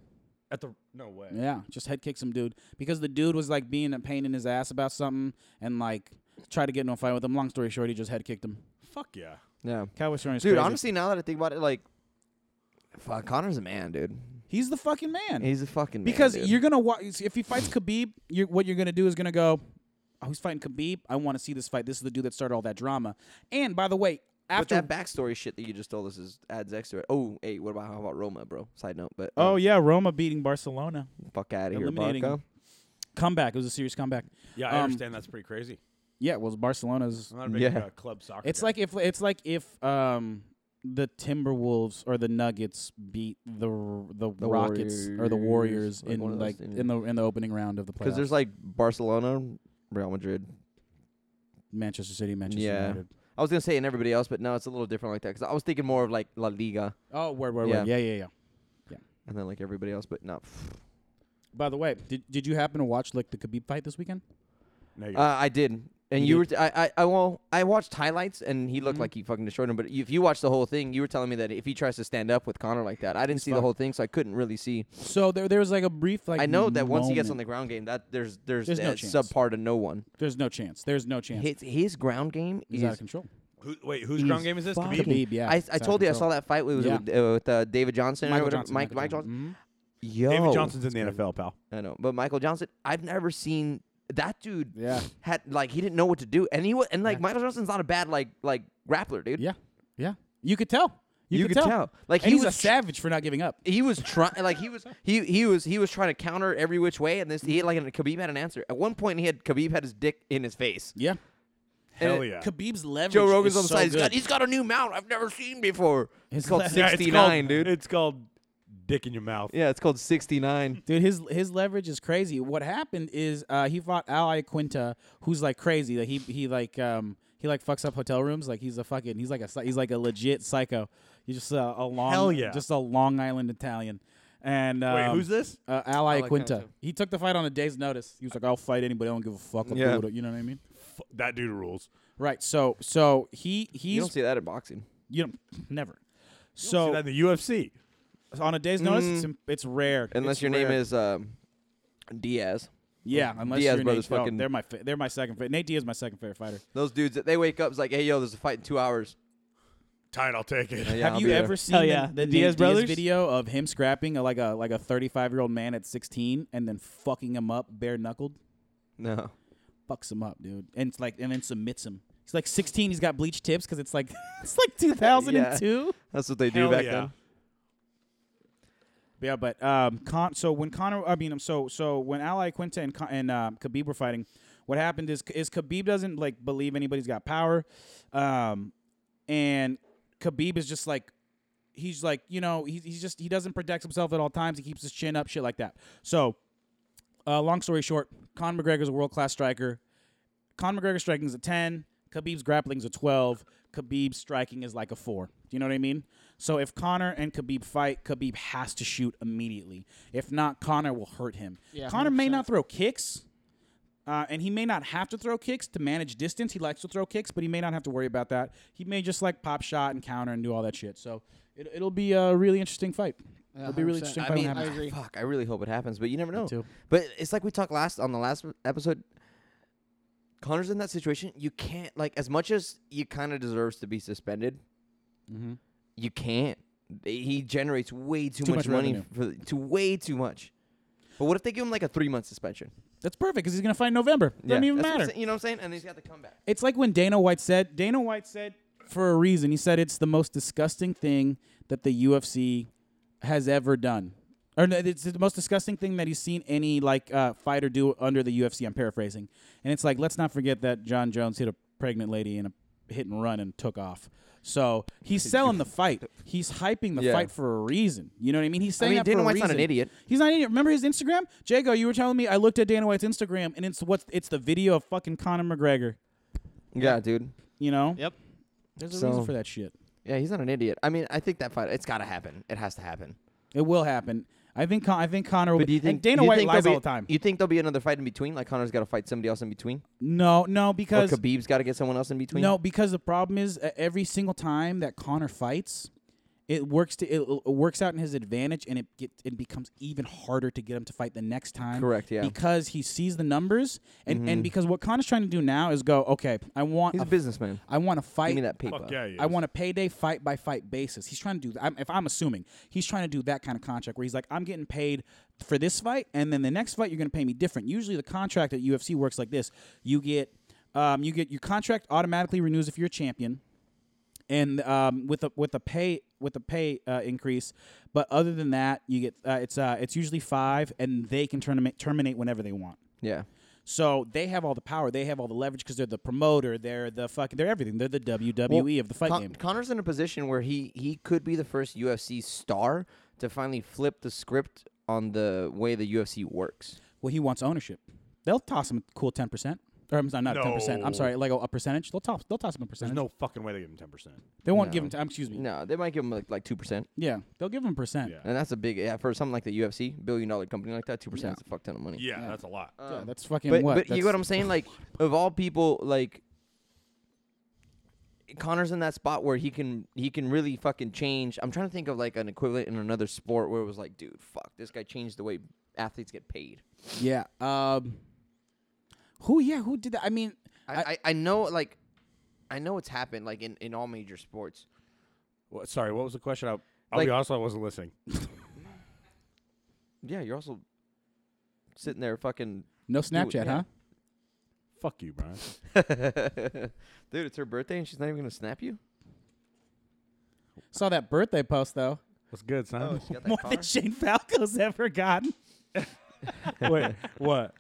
at the no way. Yeah, just head kick some dude because the dude was like being a pain in his ass about something and like tried to get into a fight with him. Long story short, he just head kicked him. Fuck yeah. Yeah. Cowboy Cerrone is Dude, crazy. honestly, now that I think about it, like, fuck, Connor's a man, dude. he's the fucking man. He's a fucking man, because dude. you're gonna watch if he fights Khabib, you're, what you're gonna do is gonna go, oh, he's fighting Khabib. I want to see this fight. This is the dude that started all that drama. And by the way, But after that backstory shit that you just told us is adds extra. Oh, hey, what about how about Roma, bro? Side note, but um, oh yeah, Roma beating Barcelona fuck out of here, eliminating- Barca. comeback. It was a serious comeback. Yeah, I Um, understand that's pretty crazy. Yeah, it was Barcelona's I'm not a big Yeah. uh, club soccer. It's guy. like if it's like if um the Timberwolves or the Nuggets beat the the, The Rockets or the Warriors, Warriors like one of in those like things. in the in the opening round of the playoffs. Because there's like Barcelona, Real Madrid. Manchester City, Manchester Yeah. United. I was gonna say and everybody else, but no, it's a little different like that. Because I was thinking more of like La Liga Oh, word, word, Yeah. word. Yeah, yeah, yeah. and then like everybody else, but not. By the way, did did you happen to watch like the Khabib fight this weekend? No, you're- Uh, I did, and You you were. T- did? I, I I well, I watched highlights, and he looked Mhm. like he fucking destroyed him. But if you watch the whole thing, you were telling me that if he tries to stand up with Connor like that, I didn't see the fucked. whole thing, so I couldn't really see. So there there was like a brief like I know that once he gets on moment. the ground game, that there's there's, There's no that chance. subpart of no one. there's no chance. There's no chance. His his ground game He's is out of control. Who, wait, whose ground He's game is this? fucking- Khabib? Khabib, yeah. I, he's I out of told you I control. saw that fight with, Yeah. with, uh, with uh, David Johnson or Michael whatever. Johnson, Mike Michael Mike Johnson. Johnson. Mhm. Yo, David Johnson's in the That's NFL, pal. I know, but Michael Johnson, I've never seen that dude. Yeah. had like he didn't know what to do, and he was, and like Michael Johnson's not a bad like like grappler, dude. Yeah, yeah. You could tell. You, You could, could tell. tell. Like, And he he's was a tr- savage for not giving up. He was trying, like he was, he he was, he was trying to counter every which way, and this he had, like and Khabib had an answer. At one point, he had Khabib had his dick in his face. Yeah. And Hell it- yeah. Khabib's leverage. Joe Rogan's is on the so side. He's Good. got, he's got a new mount I've never seen before. His it's called left- Yeah, it's 69, called- dude. It's called dick in your mouth. yeah, it's called 69. Dude, his his leverage is crazy. What happened is uh, he fought Ally Quinta, who's like crazy. That he he like um he like fucks up hotel rooms. Like he's a fucking he's like a psy- he's like a legit psycho. He's just a, a long Hell yeah. just a Long Island Italian. And um, Wait, who's this? Uh, Ally Ally Quinta. Quinta. He took the fight on a day's notice. He was like, "I'll fight anybody. I don't give a fuck." I'll do Yeah. what I- you know what I mean? F- that dude rules. Right. So so he You he's don't see that in boxing. you know never. See So that in the UFC. on a day's notice, Mm. it's, im- it's rare. Unless It's your name rare. is um, Diaz. Yeah, unless Diaz you're brothers Nate, no, fucking- oh, they're my fa- they're my second favorite. Nate Diaz is my second favorite fighter. Those dudes that they wake up, it's like, hey, yo, there's a fight in two hours. Tight, I'll take it. Uh, yeah, Have I'll you be there. ever seen the- yeah, the, the Nate Diaz brothers? video of him scrapping a, like a like a 35 year old man at 16 and then fucking him up bare knuckled, No. fucks him up, dude, and it's like and then submits him. He's like 16. He's got bleach tips because it's like it's like 2002. That's what they do Hell back yeah. then. Yeah, but um, Con- so when Connor, I mean, um, so so when Ally Quinta and Con- and um, Khabib were fighting, what happened is is Khabib doesn't like believe anybody's got power, um, and Khabib is just like. He's like, you know, he's, he's just, he doesn't protect himself at all times. He keeps his chin up, shit like that. So, uh, long story short, Conor McGregor's a world class striker. Conor McGregor striking is a 10. Khabib's grappling is a 12. Khabib's striking is like a 4. Do you know what I mean? So if Conor and Khabib fight, Khabib has to shoot immediately. If not, Conor will hurt him. Yeah, Conor may not throw kicks, uh, and he may not have to throw kicks to manage distance. He likes to throw kicks, but he may not have to worry about that. He may just like pop shot and counter and do all that shit. So it, it'll be a really interesting fight. it'll be a really 100%. interesting I fight when mean, it happens. I agree. Fuck, I really hope it happens, but you never know. too. But it's like we talked last on the last episode. Connor's in that situation. You can't like as much as he kind of deserves to be suspended. Mm-hmm. You can't. He generates way too, Too much, much money revenue. for to way too much. But what if they give him like a three month suspension? That's perfect because he's gonna fight in November. Doesn't even That's what I'm matter. saying- You know what I'm saying? And he's got the comeback. It's like when Dana White said, Dana White said for a reason, he said it's the most disgusting thing that the UFC has ever done. Or no, it's the most disgusting thing that he's seen any like uh, fighter do under the UFC. I'm paraphrasing, and it's like let's not forget that John Jones hit a pregnant lady in a hit and run and took off. So he's selling the fight. He's hyping the Yeah. fight for a reason. You know what I mean? He's saying mean, that Dana for a White's not an reason. idiot. He's not an idiot. Remember his Instagram, Jago? You were telling me I looked at Dana White's Instagram, and it's what's it's the video of fucking Conor McGregor. Yeah, dude. You know? Yep. There's a So- reason for that shit. Yeah, he's not an idiot. I mean, I think that fight. It's got to happen. It has to happen. It will happen. I think Con- I think Connor will But do be you think and Dana you White think lies there'll all be- e- the time. You think there'll be another fight in between? Like Connor's got to fight somebody else in between, no, no, or because Khabib's got to get someone else in between. no, because the problem is uh, every single time that Connor fights, it works to it, it works out in his advantage, and it get it becomes even harder to get him to fight the next time. Correct, yeah. Mm-hmm. Because he sees the numbers, and and because what Connor's trying to do now is go, okay, I want he's a a businessman. I want to fight. Give me that paper. Fuck yeah, he I is. want a payday fight by fight basis. He's trying to do that. I'm, if I'm assuming he's trying to do that kind of contract where he's like, I'm getting paid for this fight, and then the next fight you're going to pay me different. Usually the contract at UFC works like this: you get, um, you get your contract automatically renews if you're a champion, and um, with a with a pay with a pay uh, increase. But other than that, you get uh, it's uh, it's usually five, and they can terminate terminate whenever they want. Yeah. So they have all the power. They have all the leverage because they're the promoter. They're the fucking. They're everything. They're the WWE E of the fight Con- game. Connor's in a position where he he could be the first UFC star to finally flip the script on the way the UFC works. Well, he wants ownership. They'll toss him a cool ten percent. Or I'm sorry, not ten percent. I'm No. sorry, like a, a percentage. They'll toss. They'll toss him a There's percentage. no fucking way they give him ten percent. they won't No. give him. T- um, excuse me. No, they might give him like like two percent, Yeah, they'll give him a percent. Yeah. and that's a big yeah for something like the UFC billion dollar company like that. Two percent is a fuck ton of money. Yeah, that's a lot. Yeah, Uh, that's fucking but, what. But you That's- know what I'm saying? Like, of all people, like Connor's in that spot where he can he can really fucking change. I'm trying to think of like an equivalent in another sport where it was like, dude, fuck, this guy changed the way athletes get paid. yeah. Um. Who? Yeah. Who did that? I mean, I I, I know like I know it's happened like in in all major sports. Wha- sorry, what was the question? I, will Like- be honest, I wasn't listening. Yeah, you're also sitting there fucking no Snapchat, yeah. huh? Fuck you, Brian. dude. It's her birthday and she's not even gonna snap you. Saw that birthday post though. What's good, son? Oh, she got More than Shane Falco's ever gotten. Wait, what?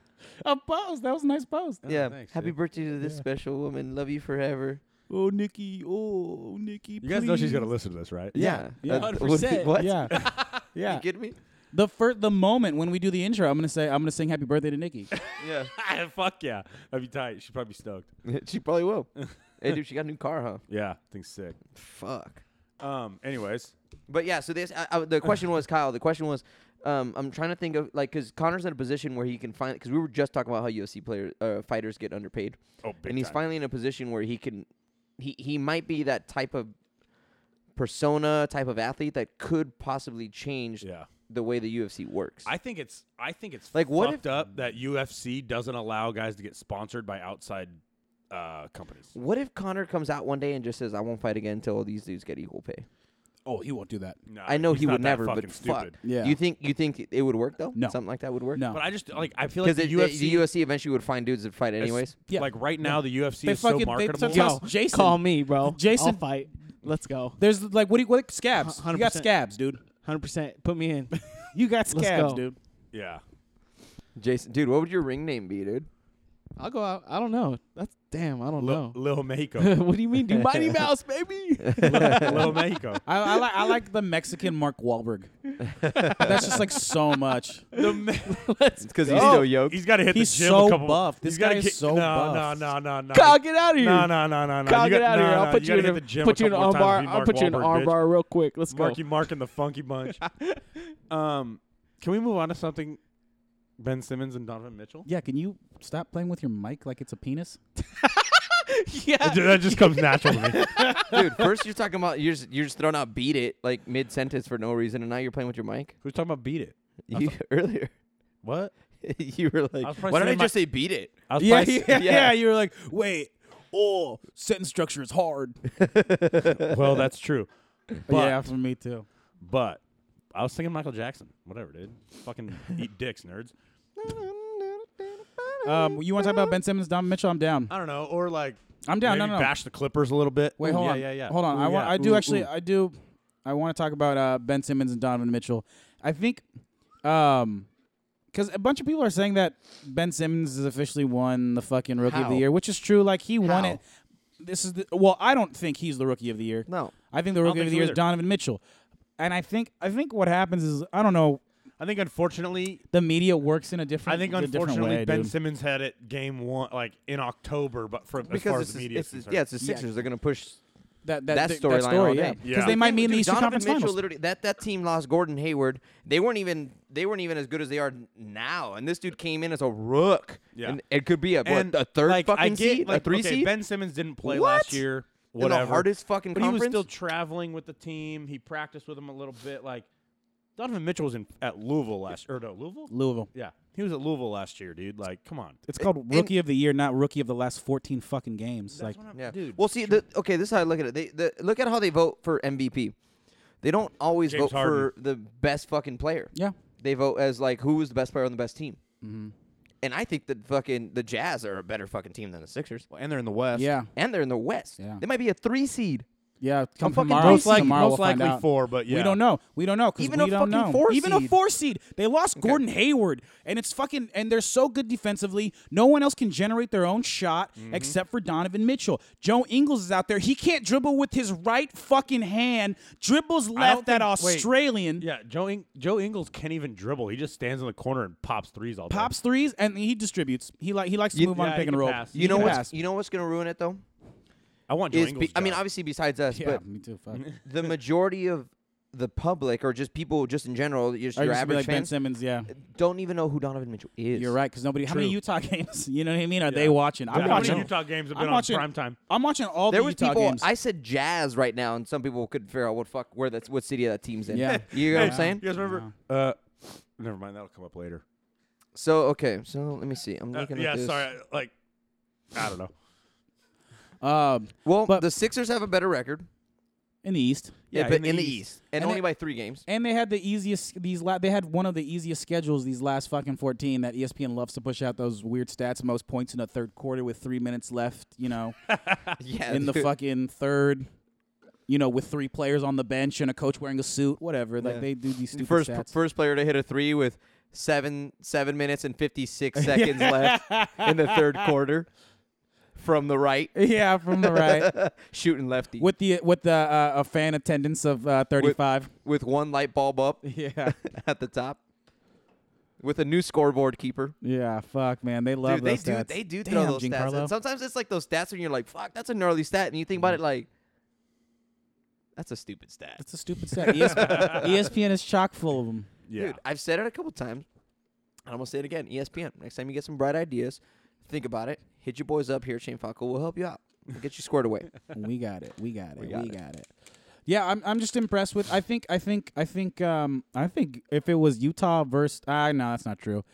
A post. That was a nice post. yeah, Oh, thanks, happy dude. birthday to this special woman. Love you forever. Oh, Nikki. Oh, Nikki. You guys know she's gonna listen to this, right? Yeah, yeah. that would be- 100%. What? Yeah. yeah. You kidding me? The first, the moment when we do the intro, I'm gonna say I'm gonna sing Happy Birthday to Nikki. Yeah, Fuck yeah, that'd be tight. She'd probably be stoked. she probably will. hey, dude, she got a new car, huh? Yeah, thing's sick. Fuck. Um, anyways, But yeah, so this I, I, the question was Kyle. The question was, um, I'm trying to think of like because Connor's in a position where he can find because we were just talking about how UFC players uh, fighters get underpaid, oh, big and he's time. finally in a position where he can, he he might be that type of persona type of athlete that could possibly change Yeah. the way the UFC works. I think it's I think it's Like, what fucked if- up that UFC doesn't allow guys to get sponsored by outside uh, companies. what if Connor comes out one day and just says, "I won't fight again until all these dudes get equal pay"? oh, he won't do that. No, I know he's he not would that never, fucking but stupid. fuck. Yeah. You think you think it would work though? No. Something like that would work. No, But I just like I feel like Because the it- UFC, it- the UFC eventually would find dudes that fight is- anyways. yeah. like right now the UFC is so marketable. They, Yo, yo, Jason, Call me, bro. Jason- I'll fight. Let's go. There's like what? Do you, what scabs? Hun- You got 100%. scabs, dude. Hundred percent. Put me in. You got Let's scabs, go. dude. yeah, Jason, dude, what would your ring name be, dude? I'll go out. I don't know. That's damn. I don't Lil, know. Lil Mexico, what do you mean, dude? Mighty Mouse, baby. Lil Mexico, I, I like I like the Mexican Mark Wahlberg. That's just like so much. the me- It's because Oh. he's so yoked. he's got to hit He's the gym so a couple. buff. This he's gotta guy is get- so no, buff. No, no, no, no. Kyle, get out of here. No, no, no, no, no. Kyle, You get got- out of no, here. I'll no, put you you, gotta in hit a, the gym put a you in an couple more times to armbar. be I'll Mark put you in an Wahlberg, bitch. armbar real quick. Let's go. Marky Mark and the Funky Bunch. um, can we move on to something? Ben Simmons and Donovan Mitchell. Yeah, can you stop playing with your mic like it's a penis? That ju- that just comes natural to me. dude, first you're talking about you're just, you're just throwing out "beat it" like mid sentence for no reason, and now you're playing with your mic. Who's talking about beat it? You, earlier, What? you were like, was probably why don't I sitting in my- just say beat it? I was Yeah, probably- yeah, yeah. You were like, wait, oh, sentence structure is hard. well, that's true. But- yeah, for me too. But I was thinking Michael Jackson. Whatever, dude. Fucking eat dicks, nerds. Um, you want to talk about Ben Simmons, Don Mitchell? I'm down. I don't know, or like I'm down. maybe no, no, no. bash the Clippers a little bit. Wait, Ooh, hold yeah, on. Yeah, yeah, Hold on. Ooh, I want. yeah. I do Ooh, actually. ooh. I do. I want to talk about uh, Ben Simmons and Donovan Mitchell. I think, um, because a bunch of people are saying that Ben Simmons has officially won the fucking Rookie of How? the Year, which is true. Like he won How? it. This is the, well. I don't think he's the Rookie of the Year. No. I think the Rookie think of the so Year is either. Donovan Mitchell. And I think I think what happens is I don't know. I think unfortunately, The media works in a different. I think a different unfortunately way, Ben dude. Simmons had it game one, like in October, but for as far Because as it's, the the- media it's, is the- concerned. yeah, it's the Sixers. They're going to push. that that th- storyline story, all yeah, day. because Yeah. they might Dude, meet in the Eastern Donovan Conference Mitchell Finals. literally that that team lost Gordon Hayward. They weren't even they weren't even as good as they are now. And this dude came in as a rook. Yeah. And it could be a, what, And, a third like, I fucking get, seed, like, a three okay, seed. Ben Simmons didn't play What? last year. In Whatever. the hardest fucking but he was conference. still traveling with the team. He practiced with them a little bit. Like Donovan Mitchell was in at Louisville last, or no, Louisville. Louisville. Yeah, he was at Louisville last year, dude. Like, come on. It's called Rookie of the Year, not Rookie of the last 14 fucking games. like, Yeah. dude. Well, see, the, okay, this is how I look at it. They the, look at how they vote for MVP. They don't always vote James for the best fucking player. yeah. Mm-hmm. They vote as like who was the best player on the best team. And I think that fucking the Jazz are a better fucking team than the Sixers. and they're in the West. Yeah. And they're in the West. Yeah. They might be a three seed. Yeah. Come fucking tomorrow. most, like, tomorrow most we'll find likely out. four, but yeah, We don't know. We don't know. 'cause Even we a don't fucking know. four Even a seed. four seed. They lost Gordon Hayward, and it's fucking. And they're so good defensively. No one else can generate their own shot except for Donovan Mitchell. Joe Ingles is out there. He can't dribble with his right fucking hand. Dribbles left that think- wait. Australian. Yeah, Joe In- Joe Ingles can't even dribble. He just stands in the corner and pops threes all day. Pops threes and he distributes. He like he likes to move on yeah, pick he and can roll. pass. You He know can what's pass. you know what's gonna ruin it though? I want Joe Is Ingles. be, I mean, job. obviously besides us, Yeah, but me too. Fuck. the majority of the public or just people just in general, just Or your just be average like Ben fans, Simmons. Yeah. don't even know who Donovan Mitchell is. You're right, because nobody. How many True. Utah games? You know what I mean? Are they watching? I'm Yeah, how many watching. Utah games have I'm been watching on prime time. I'm watching all There the was Utah people games. I said jazz right now and some people couldn't figure out what fuck where that's what city that team's in. Yeah. You know what I'm saying? You guys remember? Uh, never mind. That'll come up later. So okay, so let me see. I'm Uh, looking at yeah, this. sorry. Like, I don't know. um, Well, But- the Sixers have a better record. in the East, Yeah, Yeah, but in the East. and, And only it- by three games. and they had the easiest. These la- they had one of the easiest schedules. These last fucking 14 that E ESPN loves to push out those weird stats. Most points in a third quarter with three minutes left. You know, yeah, in the dude. fucking third. You know, with three players on the bench and a coach wearing a suit, whatever. Like Yeah. they do these stupid first stats. first player to hit a three with seven seven minutes and fifty six seconds left in the third quarter from the right, yeah, from the right. shooting lefty With the with the uh, a fan attendance of uh, 35. with one light bulb up yeah. at the top, with a new scoreboard keeper. Yeah, fuck, man. They love Dude, they those do stats. they do throw Damn, those stats. Giancarlo. Mm-hmm. And sometimes it's like those stats when you're like, "Fuck, that's a gnarly stat," and you think about it like, "That's a stupid stat." That's a stupid stat. ESPN, ESPN is chock full of them. Yeah. Dude, I've said it a couple times. And I'm gonna say it again. E ESPN. Next time you get some bright ideas, think about it. Hit your boys up here. Shane Falco will help you out. We'll get you squared away. We got it. We got it. We got got it. it. Yeah, I'm. I'm just impressed with. I think. I think. I think. Um. I think if it was Utah versus. Ah, no, that's not true.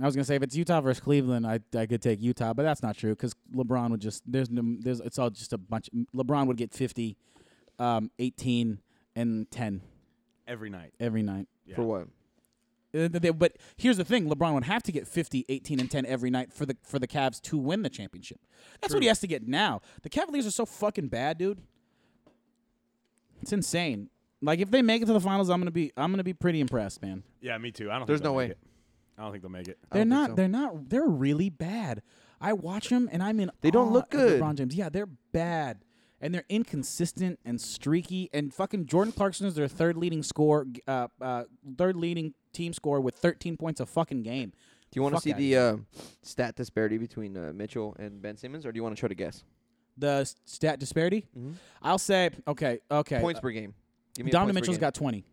I was gonna say if it's Utah versus Cleveland, I I could take Utah, but that's not true because LeBron would just there's no there's it's all just a bunch. LeBron would get 50, um, 18, and 10 Every night. every night. For what? Uh, th- they- But here's the thing: LeBron would have to get 50, 18, and 10 every night for the for the Cavs to win the championship. That's what he has to get now. The Cavaliers are so fucking bad, dude. It's insane. Like if they make it to the finals, I'm gonna be I'm gonna be pretty impressed, man. Yeah, me too. I don't. There's think they'll no make way. it. I don't think they'll make it. They're don't think not. so. They're not. They're really bad. I watch them and I'm in. They don't awe look of good. LeBron James. Yeah, they're bad. And they're inconsistent and streaky. And fucking Jordan Clarkson is their third leading score, uh, uh, third leading team score with 13 points a fucking game. Do you want to Fuck see outta the here. uh, stat disparity between uh, Mitchell and Ben Simmons, or do you want to try to guess the s- stat disparity? I'll say okay, okay. points per game? Give Uh, me a Donovan points per Mitchell's game. got twenty.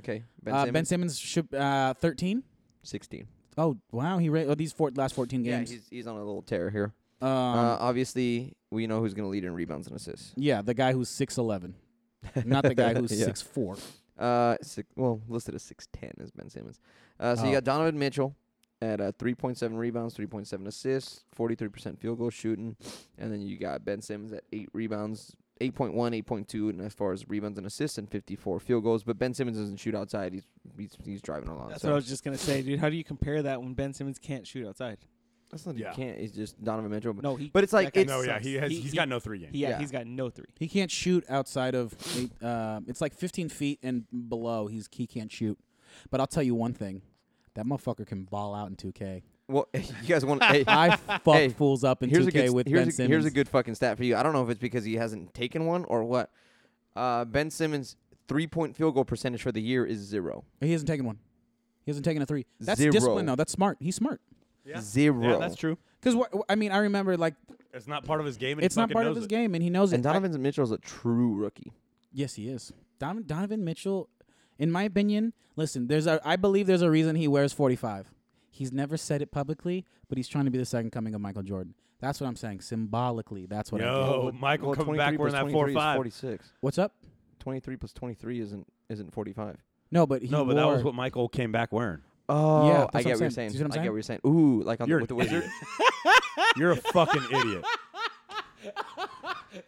okay. Ben Ben, uh, Simmons, ben Simmons should uh, thirteen. sixteen. Oh wow, he ra- oh, these four, last fourteen Yeah, games. he's he's on a little tear here. Um, uh, obviously, we know who's gonna lead in rebounds and assists. yeah, the guy who's six eleven, not the guy who's Yeah. six four. Uh, six, well, listed as six ten is Ben Simmons. Uh, so you Oh. got Donovan Mitchell, at uh, 3.7 rebounds, 3.7 assists, 43% field goal shooting, and then you got Ben Simmons at eight rebounds, 8.1, 8.2, and as far as rebounds and assists and 54 field goals. But Ben Simmons doesn't shoot outside; he's he's, he's driving along. That's so. what I was just gonna say, dude. How do you compare that when Ben Simmons can't shoot outside? That's not Yeah. you can't. It's just Donovan Mitchell. But, No, he. but it's like that guy it's no, yeah, sucks. he has. He- He, has he- got no three game. He- yeah, yeah. he's got no three. He can't shoot outside of. eight- um, it's like 15 feet and below. He's he can't shoot. But I'll tell you one thing. That motherfucker can ball out in 2K. well, you guys want. hey, I fuck Hey, fools up in here's 2K a good, with here's Ben a, Simmons. Here's a good fucking stat for you. I don't know if it's because he hasn't taken one or what. Uh, ben Simmons' three point field goal percentage for the year is zero. He hasn't taken one. He hasn't taken a three. That's Zero. discipline, though. That's smart. He's smart. Yeah. Zero. Yeah, that's true. Because I mean, I remember like It's not part of his game. And it's he not fucking part of knows his it. game, and he knows And it. I- Donovan Mitchell's a true rookie. yes, he is. Don, Donovan Mitchell, in my opinion, listen. There's a I believe there's a reason he wears 45. He's never said it publicly, but he's trying to be the second coming of Michael Jordan. That's what I'm saying. Symbolically, that's what. I Yo, do. Well, Oh, Michael well, coming back 23 wearing plus that four 23 is five. 46. What's up? 23 plus 23 isn't isn't 45. No, but he No, but that wore- was what Michael came back wearing. Oh, Yeah, that's I what I'm get what you're saying. saying. See what I'm I get saying? what you're saying. Ooh, like on the, You're with the an wizard. You're a fucking idiot.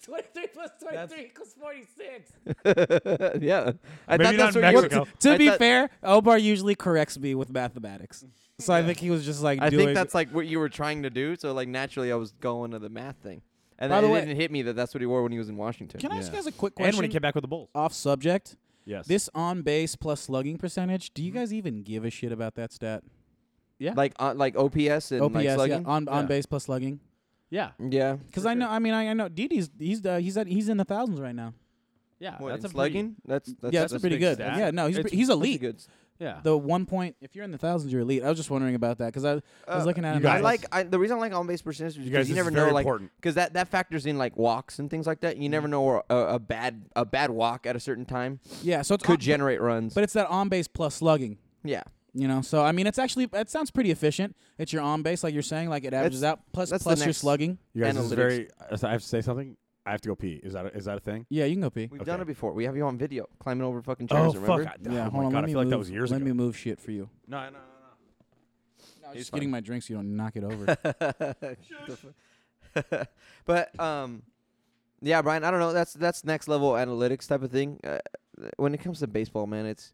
23 plus 23 equals 46. yeah. I thought Maybe not that's in what you- Mexico. To I be thought- fair, Obar usually corrects me with mathematics. So I think he was just like I doing think that's like what you were trying to do. So like naturally, I was going to the math thing, and By then the it way- didn't hit me that that's what he wore when he was in Washington. Can I ask Yeah. you guys a quick question? and when he came back with the Bulls. off subject, Yes. Mm-hmm. this on base plus slugging percentage, do you guys even give a shit about that stat? Like uh, like OPS and OPS, like yeah, Uh, slugging. on on Yeah. base plus slugging. yeah. yeah. Because I know, I mean, I, I know Didi's he's uh, he's at, he's in the thousands right now. Yeah. What, that's in a pretty- slugging. that's, that's yeah, that's, a pretty big good. stat. Yeah, no, he's It's- pre- he's That's a elite. good s- Yeah. The one point, if you're in the thousands, you're elite. I was just wondering about that because I, I was Uh, looking at you him. guys- I like I, the reason I like on base percentage is You because guys, you this never is know very like important. because that, that factors in like walks and things like that. Mm-hmm. You never know where a, a bad a bad walk at a certain time yeah, so it's could on- generate runs. but it's that on base plus slugging. yeah, You know, so I mean, it's actually it sounds pretty efficient. It's your on base, like you're saying, like it averages out plus that's the plus your next- slugging. You guys, this is analytics. very. uh, I have to say something. I have to go pee. Is that a, is that a thing? Yeah, you can go pee. we've Okay. done it before. We have you on video climbing over fucking chairs. remember? fuck! I, Yeah, oh hold my on. god, let I me feel like that move- was years let ago. me move shit for you. No, no, no, no. I was just getting my drinks. you don't knock it over. but um, yeah, Brian, I don't know. That's that's next level analytics type of thing. Uh, when it comes to baseball, man, it's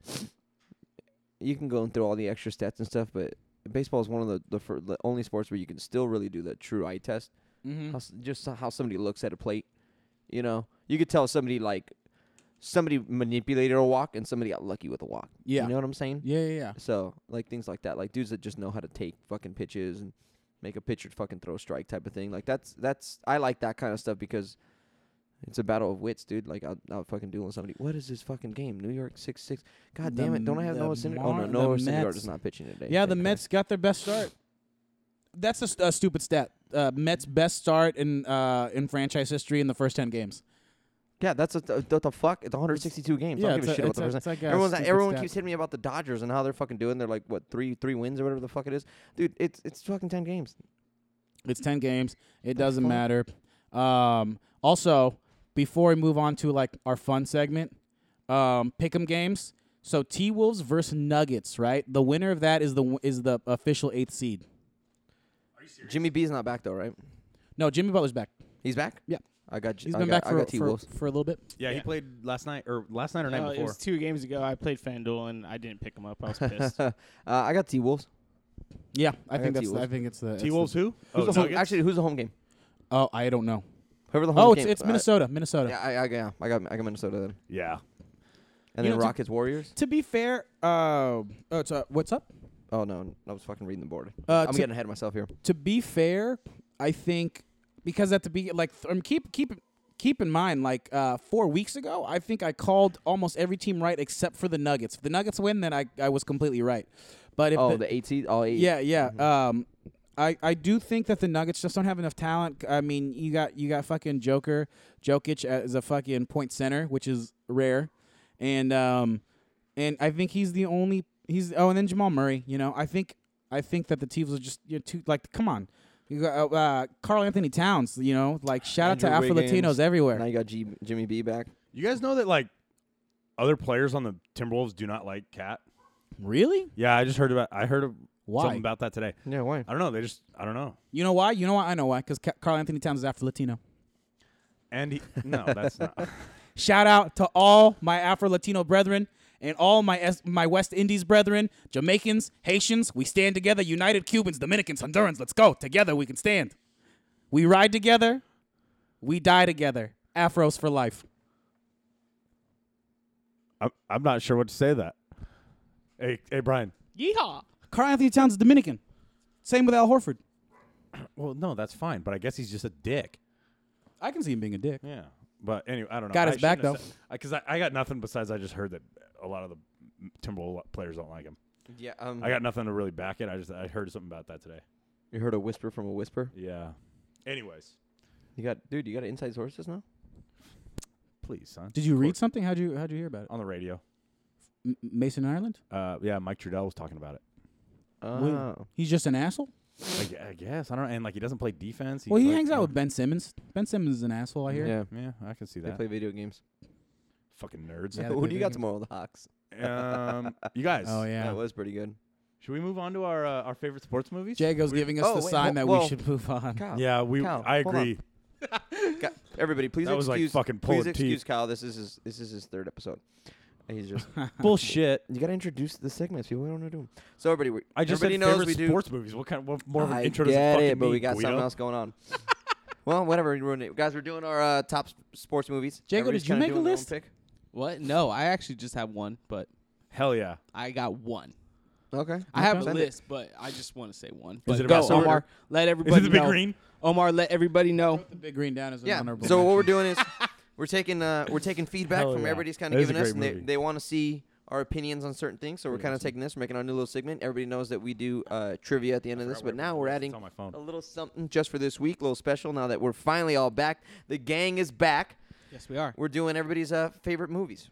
you can go and throw all the extra stats and stuff, but baseball is one of the the, fir- the only sports where you can still really do that true eye test. mm-hmm. How s just how somebody looks at a plate. You know, you could tell somebody like somebody manipulated a walk and somebody got lucky with a walk. Yeah. you know what I'm saying. Yeah, yeah, yeah. So like things like that, like dudes that just know how to take fucking pitches and make a pitcher fucking throw a strike type of thing. Like that's that's I like that kind of stuff because it's a battle of wits, dude. Like I'll, I'll fucking duel with somebody. What is this fucking game? New York six six. God The damn it! Don't I have M- Noah the Syndergaard? Oh no, Mar- the Noah Syndergaard Mets. is not pitching today. Yeah, the Thank Mets got their best start. That's a, st- a stupid stat. Uh, Mets best start in uh, in franchise history in the first ten games. God. Yeah, that's a, th- what the fuck. It's 162 games. I don't give a, shit about the percent. Everyone's like, everyone keeps hitting me about the Dodgers and how they're fucking doing. They're like what three three wins or whatever the fuck it is, dude. It's it's fucking ten games. It's ten games. It doesn't fuck? matter. Um, also, before we move on to like our fun segment, um, pick'em games. So T Wolves versus Nuggets, right? The winner of that is the w- is the official eighth seed. Jimmy B's not back though, right? No, Jimmy Butler's back. He's back. Yeah. I got. J- He's I been got- back I for, got T for, Wolves. for a little bit. Yeah, he Yeah. played last night or last night or Uh, Oh, night it before. was two games ago. I played FanDuel and I didn't pick him up. I was pissed. uh, I got T Wolves. Yeah, I, I got think that's. T-Wolves. I think it's the it's T Wolves the- who? Who's Oh, the home, Nuggets? actually, who's the home game? Oh, I don't know. Whoever the home Oh, game. it's it's uh, Minnesota, Minnesota. yeah, I, I, yeah, I got I got Minnesota then, yeah. and then You know, to- Rockets Warriors. To be fair, uh, oh, it's, uh, what's up? Oh no, I was fucking reading the board. Uh, I'm to, getting ahead of myself here. to be fair, I think because at the be like th- um, keep keep keep in mind like uh, four weeks ago, I think I called almost every team right except for the Nuggets. If the Nuggets win, then I, I was completely right. But if Oh, the- the eight seed, all eight. Yeah, yeah. Um, I, I do think that the Nuggets just don't have enough talent. I mean, you got you got fucking Joker, Jokic as a fucking point center, which is rare, and um, and I think he's the only he's oh, and then Jamal Murray. You know, I think I think that the teams are just you know, too like come on, you got uh, uh, Carl Anthony Towns. You know, like shout out to Andrew Afro Latinos Wiggins. everywhere. Now you got G- Jimmy B back. You guys know that like other players on the Timberwolves do not like Cat. really? Yeah, I just heard about. I heard Why? Something about that today. Yeah, why? I don't know. They just I don't know. you know why? You know why? I know why. Because Carl Anthony Towns is Afro Latino. And he, no, that's not. Shout out to all my Afro Latino brethren and all my es- my West Indies brethren, Jamaicans, Haitians. We stand together, united Cubans, Dominicans, Hondurans. Let's go together. We can stand. We ride together. We die together. Afros for life. I'm, I'm not sure what to say to that. Hey, hey, Brian. Yeehaw. Carl Anthony Towns is Dominican. Same with Al Horford. Well, no, that's fine, but I guess he's just a dick. I can see him being a dick. Yeah, but anyway, I don't know. Got his I back, though. because I, I got nothing besides I just heard that a lot of the Timberwolves players don't like him. Yeah, um, Mm-hmm. I got nothing to really back it. I just I heard something about that today. you heard a whisper from a whisper. Yeah. Anyways, You got, dude, you got inside sources now. please, son. Did you read something? How'd you How'd you hear about it? on the radio? M- Mason Ireland. Uh, yeah, Mike Trudell was talking about it. Wait, Oh. He's just an asshole. I, gue- I guess I don't. And like he doesn't play defense. well, he like- hangs out with Ben Simmons. Ben Simmons is an asshole. I hear. Yeah, Yeah, I can see they that. play video games. Fucking nerds. Yeah, they Who play do you video got games. tomorrow? The Hawks. Um, you guys. Oh yeah. That was pretty good. Should we move on to our uh, our favorite sports movies? Jago's giving us oh, the wait, sign ho- that we well- should move on. Kyle. Yeah, we. Kyle, I hold on. agree. Ca- Everybody, please That was like excuse. fucking pulling please teeth. excuse Kyle. This is his, this is his third episode. And He's just Bullshit. you got to introduce the segments. People don't know do 'em. So everybody, we- I just everybody said knows favorite we do. sports movies. What kind of what more of an I intro does it get fucking it, but we need, got Guido? something else going on. well, whatever, you ruined it, guys. We're doing our uh, top s- sports movies. Jago, Everybody's did you kinda make a doing their own list? Pick. What? No, I actually just have one, but Hell yeah. I got one. Okay, I have a Send it. list, but I just want to say one. But it go, about soccer? Omar. Let everybody Is it the big know. green? Omar, let everybody know. The big green down is an Yeah. honorable So what mention. we're doing is we're taking uh, we're taking feedback Hell from yeah. everybody's kind That of is a giving us, great and they, movie. they want to see our opinions on certain things. So we're kind of taking this, we're making our new little segment. Everybody knows that we do uh, trivia at the end of this, forgot but where now everybody we're is. It's adding on my phone. a little something just for this week, little special. Now that we're finally all back, the gang is back. Yes, we are. We're doing everybody's uh, favorite movies,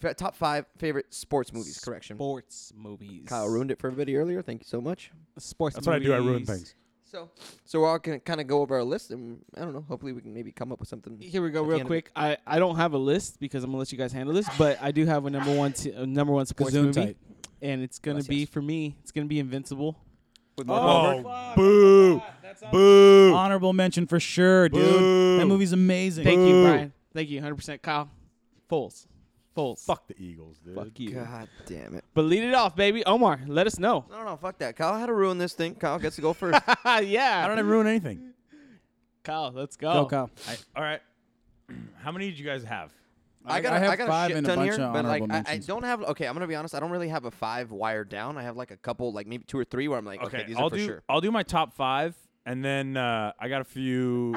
Fa- top five favorite sports movies. Correction. Sports movies. Kyle ruined it for everybody earlier. Thank you so much. Sports That's what I do. I ruin movies. things. So, so we're all gonna kind of go over our list, and I don't know. Hopefully, we can maybe come up with something. Here we go, At the end real of quick. I, I don't have a list because I'm gonna let you guys handle this, but I do have a number one t- a number one sports Gazoon movie, tight. and it's gonna be for me. It's gonna be Invincible. With Oh, boo, boo. Honorable mention for sure, dude. Boo. That movie's amazing. Thank you, Boo. Brian. Thank you, 100. percent Kyle. Foles. Foles. Fuck the Eagles, dude. Fuck you. God damn it. But lead it off, baby. Omar, let us know. No, no, fuck that. Kyle had to ruin this thing. Kyle gets to go first. yeah. I don't ever ruin anything. Kyle, let's Go, go. Kyle. I, all right. How many did you guys have? I got, I I, have got five a shit and a ton bunch here, of but like, honorable I, I mentions. don't have. Okay, I'm gonna be honest. I don't really have a five wired down. I have like a couple, like maybe two or three, where I'm like, okay, these I'll are for do. sure. I'll do my top five, and then uh, I got a few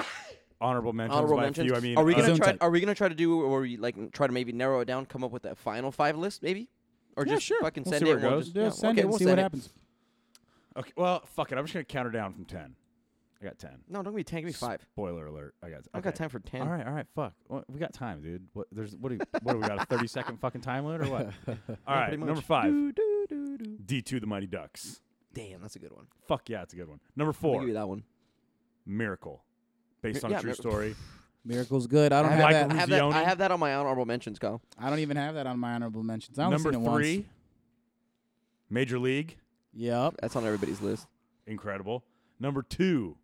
honorable mentions. Honorable by mentions. A few, I mean, are we uh, gonna Zone try? type. Are we gonna try to do, or we like try to maybe narrow it down, come up with a final five list, maybe, or Yeah, just sure. fucking We'll send see where it? it We'll goes. just, Yeah, send okay, it and we'll see send what it. happens. Okay. Well, fuck it. I'm just gonna counter down from ten. I got ten. No, don't be tanking me five. Spoiler alert. I got. Okay. I've got time for ten. All right. All right. Fuck. Well, we got time, dude. What? There's what? Do you, what do we got? A thirty second fucking time limit or what? All right. pretty Number much. five. Doo, doo, doo, doo. D two the Mighty Ducks. Damn, that's a good one. Fuck yeah, it's a good one. Number I'll give four. you that one. Miracle, based on Yeah, a true Mir- story. Miracle's good. I don't I have have, Michael that. I have that. I Ruzioni. have that on my honorable mentions. Go. I don't even have that on my honorable mentions. I only Number seen it three. Once. Major League. Yep. That's on everybody's list. Incredible. Number two,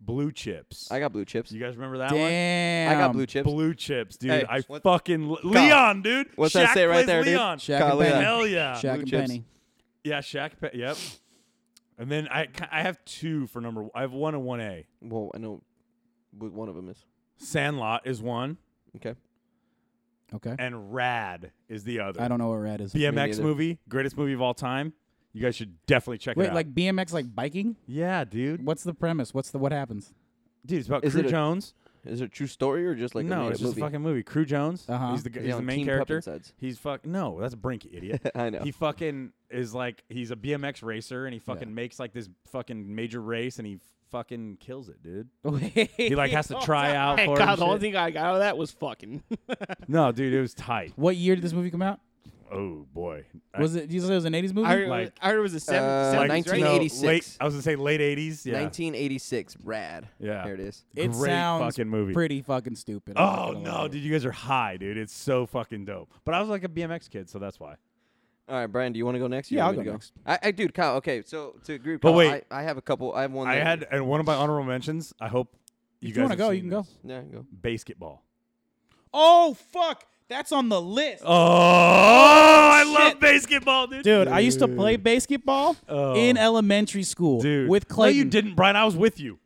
Blue Chips. I got blue chips. you guys remember that one? Damn. I got blue chips. Blue Chips, dude. Hey, I what- fucking lo- Leon, dude. What's Shaq that say right plays there, dude? Leon. Shaq Kyle, and look at Penny. that. Hell yeah. Shaq Blue and chips. Penny. Yeah, Shaq. Pe- yep. And then I ki- I have two for number. I have one and one A. Well, I know what one of them is. Sandlot is one, Okay. Okay. and Rad is the other. I don't know what red is. Me BMX neither. movie, greatest movie of all time. You guys should definitely check it Wait, out. like BMX, like biking? yeah, dude. What's the premise? What's the what happens? Dude, it's about Is Crew it a- Jones. Is it a true story or just like a no, made-up it's just movie? a fucking movie. Crew Jones. Uh-huh. He's the g- Yeah, he's the on main Team Pup character. Insides. He's fuck. No, that's Brinky, idiot. I know. He fucking is like he's a BMX racer and he fucking makes like this fucking major race and he fucking kills it, dude. He like has Oh, to try out Hey, for it Kyle, and the only shit. thing I got out of that was fucking. No, dude, it was tight. What year did this movie come out? Oh boy. I- Was it? You said it was an '80s movie. I heard, Like- I heard it was a seven. Uh, like, 70s, right? no, 1986. late- I was gonna say late eighties. Yeah. 1986. Rad. Yeah. There it is. it Great sounds fucking movie. pretty fucking stupid. I'm not Oh gonna lie no, to you. dude, you guys are high, dude. It's so fucking dope. But I was like a BMX kid, so that's why. All right, Brian, do you want to go next? You Yeah, want I'll me go to next. I, I, dude, Kyle. Okay, so to agree, with But Kyle, wait. I, I have a couple. I have one. I that- had and one of my honorable mentions. I hope you If guys you wanna have go, seen you can go. this. Yeah, go. Basketball. Oh fuck, that's on the list. Oh, I shit. love basketball, dude. Dude, I used to play basketball Oh. in elementary school Dude. with Clay. No, you didn't, Brian. I was with you.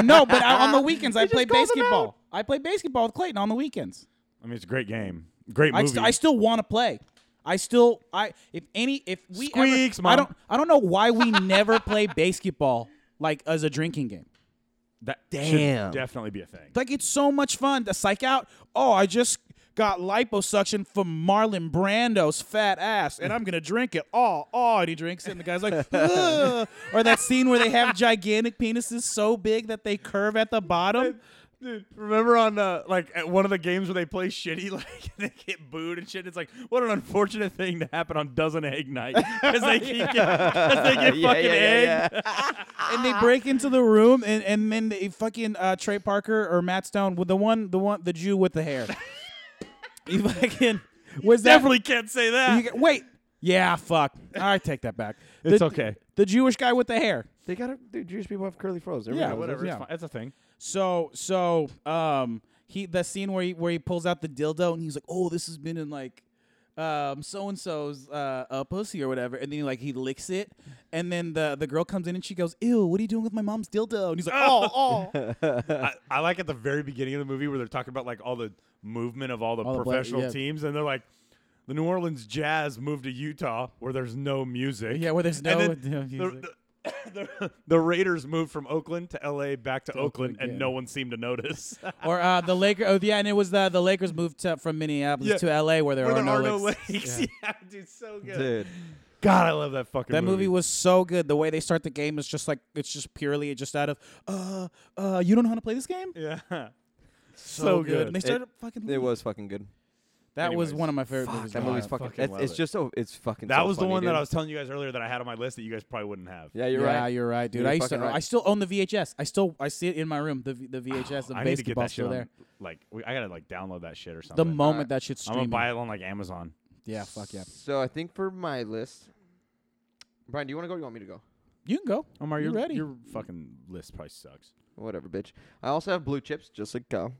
no, but I, on the weekends I played basketball. I played basketball with Clayton on the weekends. I mean, it's a great game. Great I, movie. st- I still want to play. I still I if any if we ever- Squeaks, I Mom. don't I don't know why we never play basketball like as a drinking game. that Damn. should definitely be a thing. Like it's so much fun to psych out. Oh, I just got liposuction from Marlon Brando's fat ass, and I'm gonna drink it. Oh, oh, and he drinks it, and the guy's like, Ugh. or that scene where they have gigantic penises so big that they curve at the bottom. Dude, remember on uh, like at one of the games where they play shitty, like and they get booed and shit. It's like what an unfortunate thing to happen on doesn't egg night because they keep get, 'cause they get fucking egged. and they break into the room, and and then they fucking uh, Trey Parker or Matt Stone with the one, the one, the Jew with the hair. he fucking was that- Definitely can't say that. you get- wait. Yeah, fuck. I take that back. It's The- okay. The Jewish guy with the hair. They got to dude. Jewish people have curly froze. Yeah, Yeah, whatever. Whatever, Yeah. it's fine. That's a thing. So so um he the scene where he where he pulls out the dildo and he's like, "Oh, this has been in like um so and so's uh a pussy or whatever." And then he like he licks it and then the the girl comes in and she goes, "Ew, what are you doing with my mom's dildo?" And he's like, "Oh, oh." I, I like at the very beginning of the movie where they're talking about like all the movement of all the All the play- professional yeah. teams, and they're like, the New Orleans Jazz moved to Utah where there's no music. Yeah, where there's And no- then no the- music. The, the, the Raiders moved from Oakland to L.A. back to, Oakland, Oakland, and yeah. no one seemed to notice. or uh the Lakers oh yeah, and it was the the Lakers moved to, from Minneapolis Yeah. to LA where there where are there no, are no lakes. Lakers. Yeah. dude, so good. dude. God, I love that fucking. That movie movie was so good. The way they start the game is just like it's just purely just out of uh uh you don't know how to play this game? yeah, so, And they It- started fucking It was fucking good. That was Anyways. one of my favorite Fuck, movies. that of all movie's time. fucking. fucking it's- love it's it. just so. It's fucking. That so was the funny, one that dude. I was telling you guys earlier that I had on my list that you guys probably wouldn't have. Yeah, you're yeah, right. you're right, dude. You're I used to. fucking right. I still own the VHS. I still. I see it in my room. The v- the VHS. The I need to get basketball that shit still on, there. Like, we, I gotta like download that shit or The something. moment Alright. that shit's I'm streaming. gonna buy it on like Amazon. Yeah, fuck yeah. So I think for my list, Brian, do you want to go? or You want me to go? You can go. Omar, You're your- ready. Your fucking list price sucks. Whatever, bitch. I also have blue chips, just like Kyle.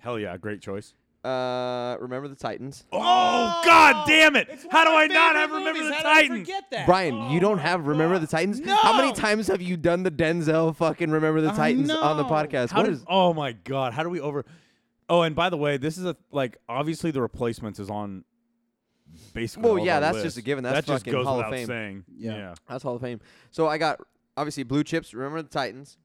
Hell yeah, great choice. Uh, remember the Titans, Oh, god damn it! How do I not have remember the Titans? Forget that. Brian. you oh, don't have remember the Titans. How many No! times have you done the Denzel fucking remember the I Titans on the know. podcast? How what did- is? oh my god, how do we over Oh, and by the way, this is a like obviously the replacements is on basically. Well, all of yeah, our that's lists. just a given. That's that just fucking goes Hall of without Fame. saying. Yeah. That's Hall of Fame. So I got obviously blue chips. Remember the Titans,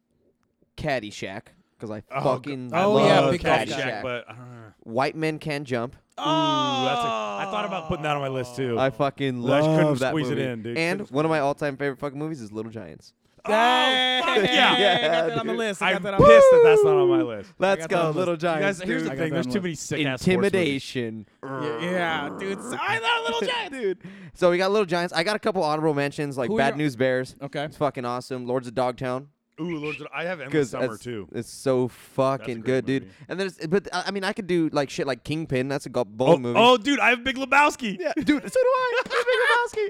Caddyshack, because I Oh, fucking I Oh, love yeah, love big golf Caddyshack, Caddyshack. but I don't know. White men can jump. Ooh, that's a, I thought about putting that on my list too. I fucking I love couldn't that squeeze it movie. in, dude. And Couldn't one of my all-time favorite fucking movies is Little Giants. Dang. fuck yeah. I got that on the dude. list. I I'm got that pissed on that the that's not on my list. Let's got that go, on the Little You Giants. guys, here's dude. the I got thing. that There's on too the many sick ass Intimidation. list. Yeah, dude. So I thought little giant, dude. So we got Little Giants. I got a couple honorable mentions like Who are Bad your- News Bears. Okay. It's fucking awesome. Lords of Dogtown. Ooh, Lord, I have Because Endless Summer it's, too. it's so fucking great good, dude. movie. And there's, but I I mean, I could do like shit like Kingpin. That's a go- bold Oh, movie. oh, dude, I have Big Lebowski. yeah, dude. So do I. I'm Big Lebowski.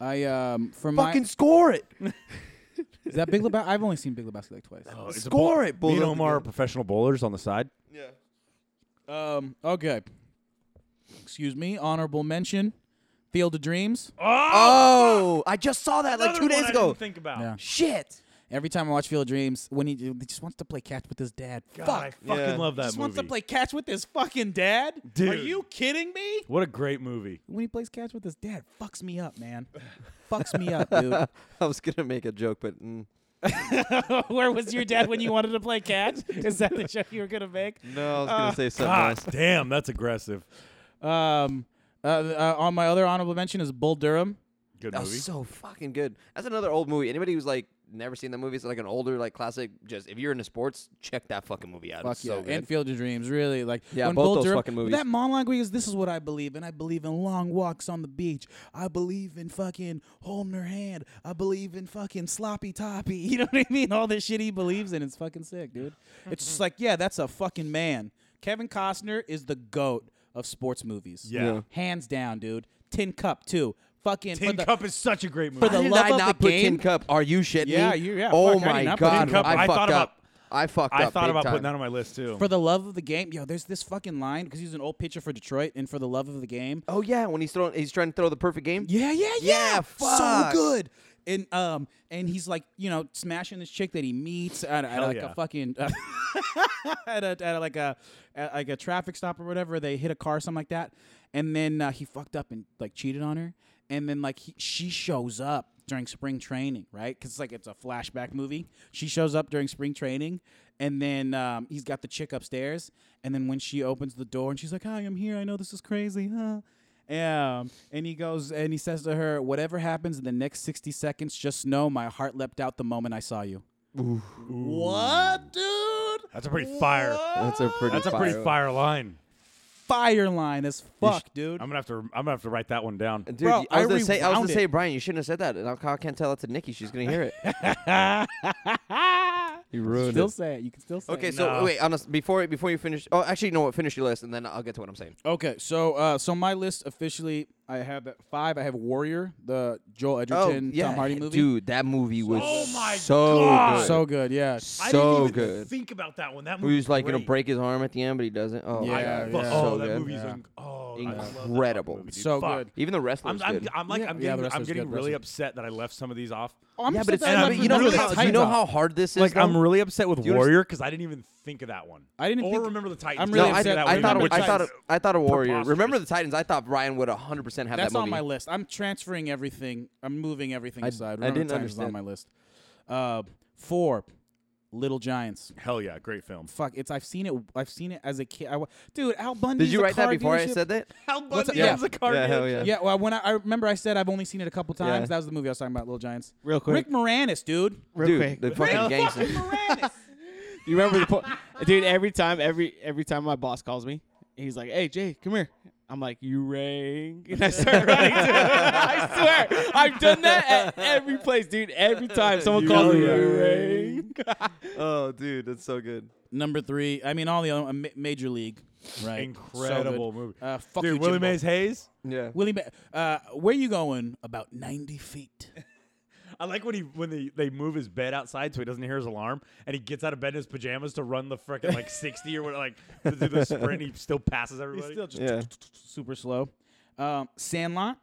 I um for Fucking my score it. is that Big Lebowski? I've only seen Big Lebowski like twice. Oh, it's a Score bowl- it, Me Bull and of the Omar are Good. professional bowlers on the side. Yeah. Um. Okay. Excuse me. Honorable mention. Field of Dreams. Oh, I just saw that like Another two one days I ago. didn't think about. Yeah. Shit. Every time I watch Field of Dreams, when he, he just wants to play catch with his dad. God, I Fuck. fucking Yeah. love that Just movie. wants to play catch with his fucking dad. Are Dude. you kidding me? What a great movie. When he plays catch with his dad, fucks me up, man. fucks me up, dude. I was gonna make a joke, but mm. Where was your dad when you wanted to play catch? Is that the joke you were gonna make? no, I was gonna say something God else. damn, that's aggressive. Um. Uh, uh, on my other honorable mention is Bull Durham. Good That movie. was so fucking good. That's another old movie. Anybody who's like never seen that movie, it's like an older like classic. Just if you're into sports, check that fucking movie out. Fuck it's yeah. so good. And Field of Dreams, really. Like Yeah, when both Bull those Durham- fucking movies. That monologue where he goes, This is what I believe in. I believe in long walks on the beach. I believe in fucking holding her hand. I believe in fucking sloppy toppy. You know what I mean? All this shit he believes in. It's fucking sick, dude. It's just like, yeah, that's a fucking man. Kevin Costner is the goat of sports movies. Yeah. Yeah. Hands down, dude. Tin Cup too. Fucking for Tin the- Cup is such a great movie. for the Did love I of not the put game. Tin Cup? Are you shitting Yeah, me? you- yeah, Oh fuck, I did my not put god, Tin Cup. I, I fucked up. thought about- I fucked I up. thought big about time. putting that on my list too. for the love of the game, yo, there's this fucking line because he's an old pitcher for Detroit, and for the love of the game, Oh yeah, when he's throwing, he's trying to throw the perfect game. yeah, yeah, Yeah, yeah, so fuck. good. And um, and he's like, you know, smashing this chick that he meets at, at like yeah. a fucking at, a, at a, like a at like a traffic stop or whatever. They hit a car, or something like that, and then uh, he fucked up and like cheated on her, and then like he, she shows up during spring training, right? Because like it's a flashback movie. She shows up during spring training, and then um, he's got the chick upstairs, and then when she opens the door and she's like, "Hi, I'm here. I know this is crazy, huh?" Um, and he goes and he says to her, "Whatever happens in the next sixty seconds, just know my heart leapt out the moment I saw you." What, dude? That's a pretty fire. That's a pretty. That's a pretty fire line. Fire line as fuck, dude. I'm gonna have to. I'm gonna have to write that one down. Dude, Bro, I was I gonna say, I was rewound gonna it. say, Brian, you shouldn't have said that. And I can't tell that to Nikki. She's gonna hear it. you ruined still say it. You can still say Okay, it. so wait, on a, before before you finish. Oh, actually, no. Finish your list, and then I'll get to what I'm saying. Okay, so uh, so my list officially, I have at five. I have Warrior, the Joel Edgerton, Tom Hardy movie. Oh, dude, that movie was Oh my so God. good. so good, yeah. I so didn't even good. think about that one. That movie. Who's like gonna great. break his arm at the end, but he doesn't. Oh, Yeah, my I- God, fuck, it's oh, so that good. movie's un- oh, I love that fucking Incredible. movie, dude. So Fuck. good. Even the I'm, wrestlers I'm, good. I'm like, Yeah, I'm yeah, getting, the rest I'm was getting good, really rest upset that I left some of these off. Oh, I'm yeah, just but it's upset and I I'm left you know, Remember really the how, you upset Titans know off. how hard this is. Like, I'm though? really upset with you understand- Warrior because I didn't even think of that one. I didn't or think- remember the Titans. I'm No, really I, upset did, that I we thought remembered it, I thought it, Titans. I thought a warrior. Preposterous. Remember the Titans? I thought Ryan would 100 percent have That's that on movie. my list. I'm transferring everything. I'm moving everything I- aside. I Remember didn't the Titans is understand. on my list. Uh, four, Little Giants. Hell yeah, great film. Fuck, it's I've seen it. I've seen it as a kid. I, wa- dude, Al Bundy. Did you write that before I said that? Hal What's Bundy up? Yeah. owns a car Yeah, hell dealership. yeah. Yeah, well, when I, I remember, I said I've only seen it a couple times. Yeah. That was the movie I was talking about, Little Giants. Real quick. Rick Moranis, dude. Real Dude, quick. the fucking gangster. You remember the po- dude? Every time, every every time my boss calls me, he's like, "Hey, Jay, come here." I'm like, "You rang," and I start running. To I swear, I've done that at every place, dude. Every time someone calls me, "You rang." oh, dude, that's so good. Number three. I mean, all the other, uh, ma- Major League, right? Incredible So good. movie. Uh, fuck Dude, you, Willie Jimbo. Mays Hayes. Yeah. Willie Mays. Uh, where you going? About ninety feet. I like when he when they, they move his bed outside so he doesn't hear his alarm, and he gets out of bed in his pajamas to run the frickin' like sixty or what, like to do the sprint. He still passes everybody. Yeah. super slow. Um, Sandlot.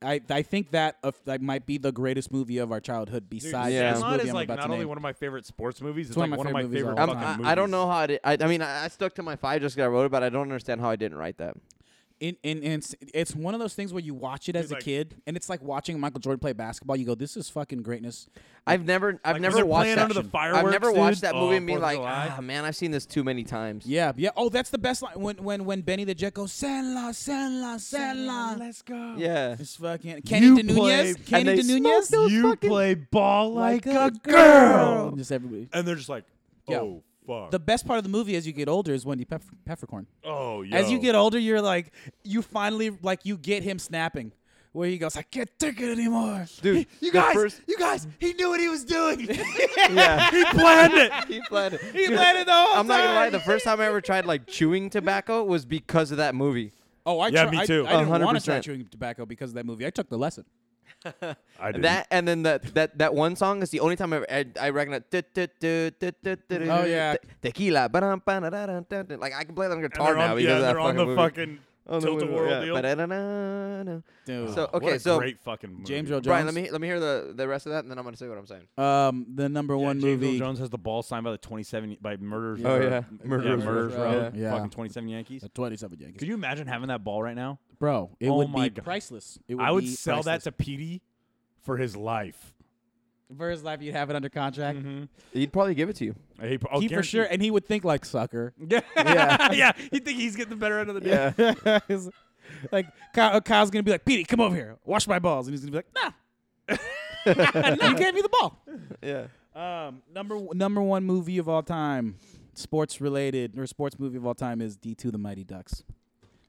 I, I think that of, that might be the greatest movie of our childhood besides Yeah. this Sandlot movie is I'm like about not to only name. one of my favorite sports movies, it's, one like of my one of my favorite movies favorite of all fucking time. movies. I, I don't know how I did. I, I mean, I, I stuck to my five just because I wrote about. it. I don't understand how I didn't write that. in, in, in, it's- it's one of those things where you watch it as like- a kid and it's like watching Michael Jordan play basketball. You go, this is fucking greatness. I've never, I've Like, was never it watched playing that. under the I've never fireworks, watched dude? that movie Oh, and be Fourth of like, July. ah, man, I've seen this too many times. Yeah, yeah. Oh, that's the best line when when when Benny the Jet goes Sandlot, Sandlot, Sandlot. Let's go. yeah. It's fucking Kenny You play- DeNunez. and they Kenny DeNunez. smoke You play ball like, a girl. Just everybody. and they're just like, Yeah. oh fuck. The best part of the movie as you get older is Wendy Pef- Peppercorn. oh yeah. As you get older, you're like, you finally like you get him snapping, where he goes, I can't take it anymore. Dude, you the guys, first- you guys, he knew what he was doing. yeah. he planned it. he played. it. He Dude, landed the whole I'm not gonna lie. time. The first time I ever tried like chewing tobacco was because of that movie. Oh, I Yeah, try- me I- too. I, didn't want to try 100%. chewing tobacco because of that movie. I took the lesson. I did That and then that that that one song is the only time I ever, I, I recognize. Oh, Oh yeah. tequila. ba-dum, ba-da-da-dum, dum-dum. Like I can play that on And guitar they're now on, because yeah, of that they're fucking on the movie. fucking On the tilt a movie, world yeah. deal. Ba-da-da-da-da. Dude. So What okay, a so great fucking movie. James Earl Jones. Brian, let me let me hear the the rest of that, and then I'm gonna say what I'm saying. um, the number one James Earl movie. Jones has the ball signed by the 27 by murderers. Oh, Row. yeah. Murderers yeah, murderers Row. row. Yeah. Fucking 27 Yankees. The 27 Yankees. Could you imagine having that ball right now? Bro, it Oh would my be God. priceless. It I would be sell priceless. that to Petey for his life. for his life. You'd have it under contract. Mm-hmm. He'd probably give it to you. He, pro- Mm-hmm. oh, he for guaranteed. sure, and he would think like sucker. Yeah, Yeah. yeah. He think he's getting the better end of the deal. Yeah. He's like Kyle, Kyle's gonna be like, Petey, come over here, wash my balls, and he's gonna be like, Nah, nah, you gave me the ball. Yeah. Um, number number one movie of all time, sports related or sports movie of all time is D two the Mighty Ducks.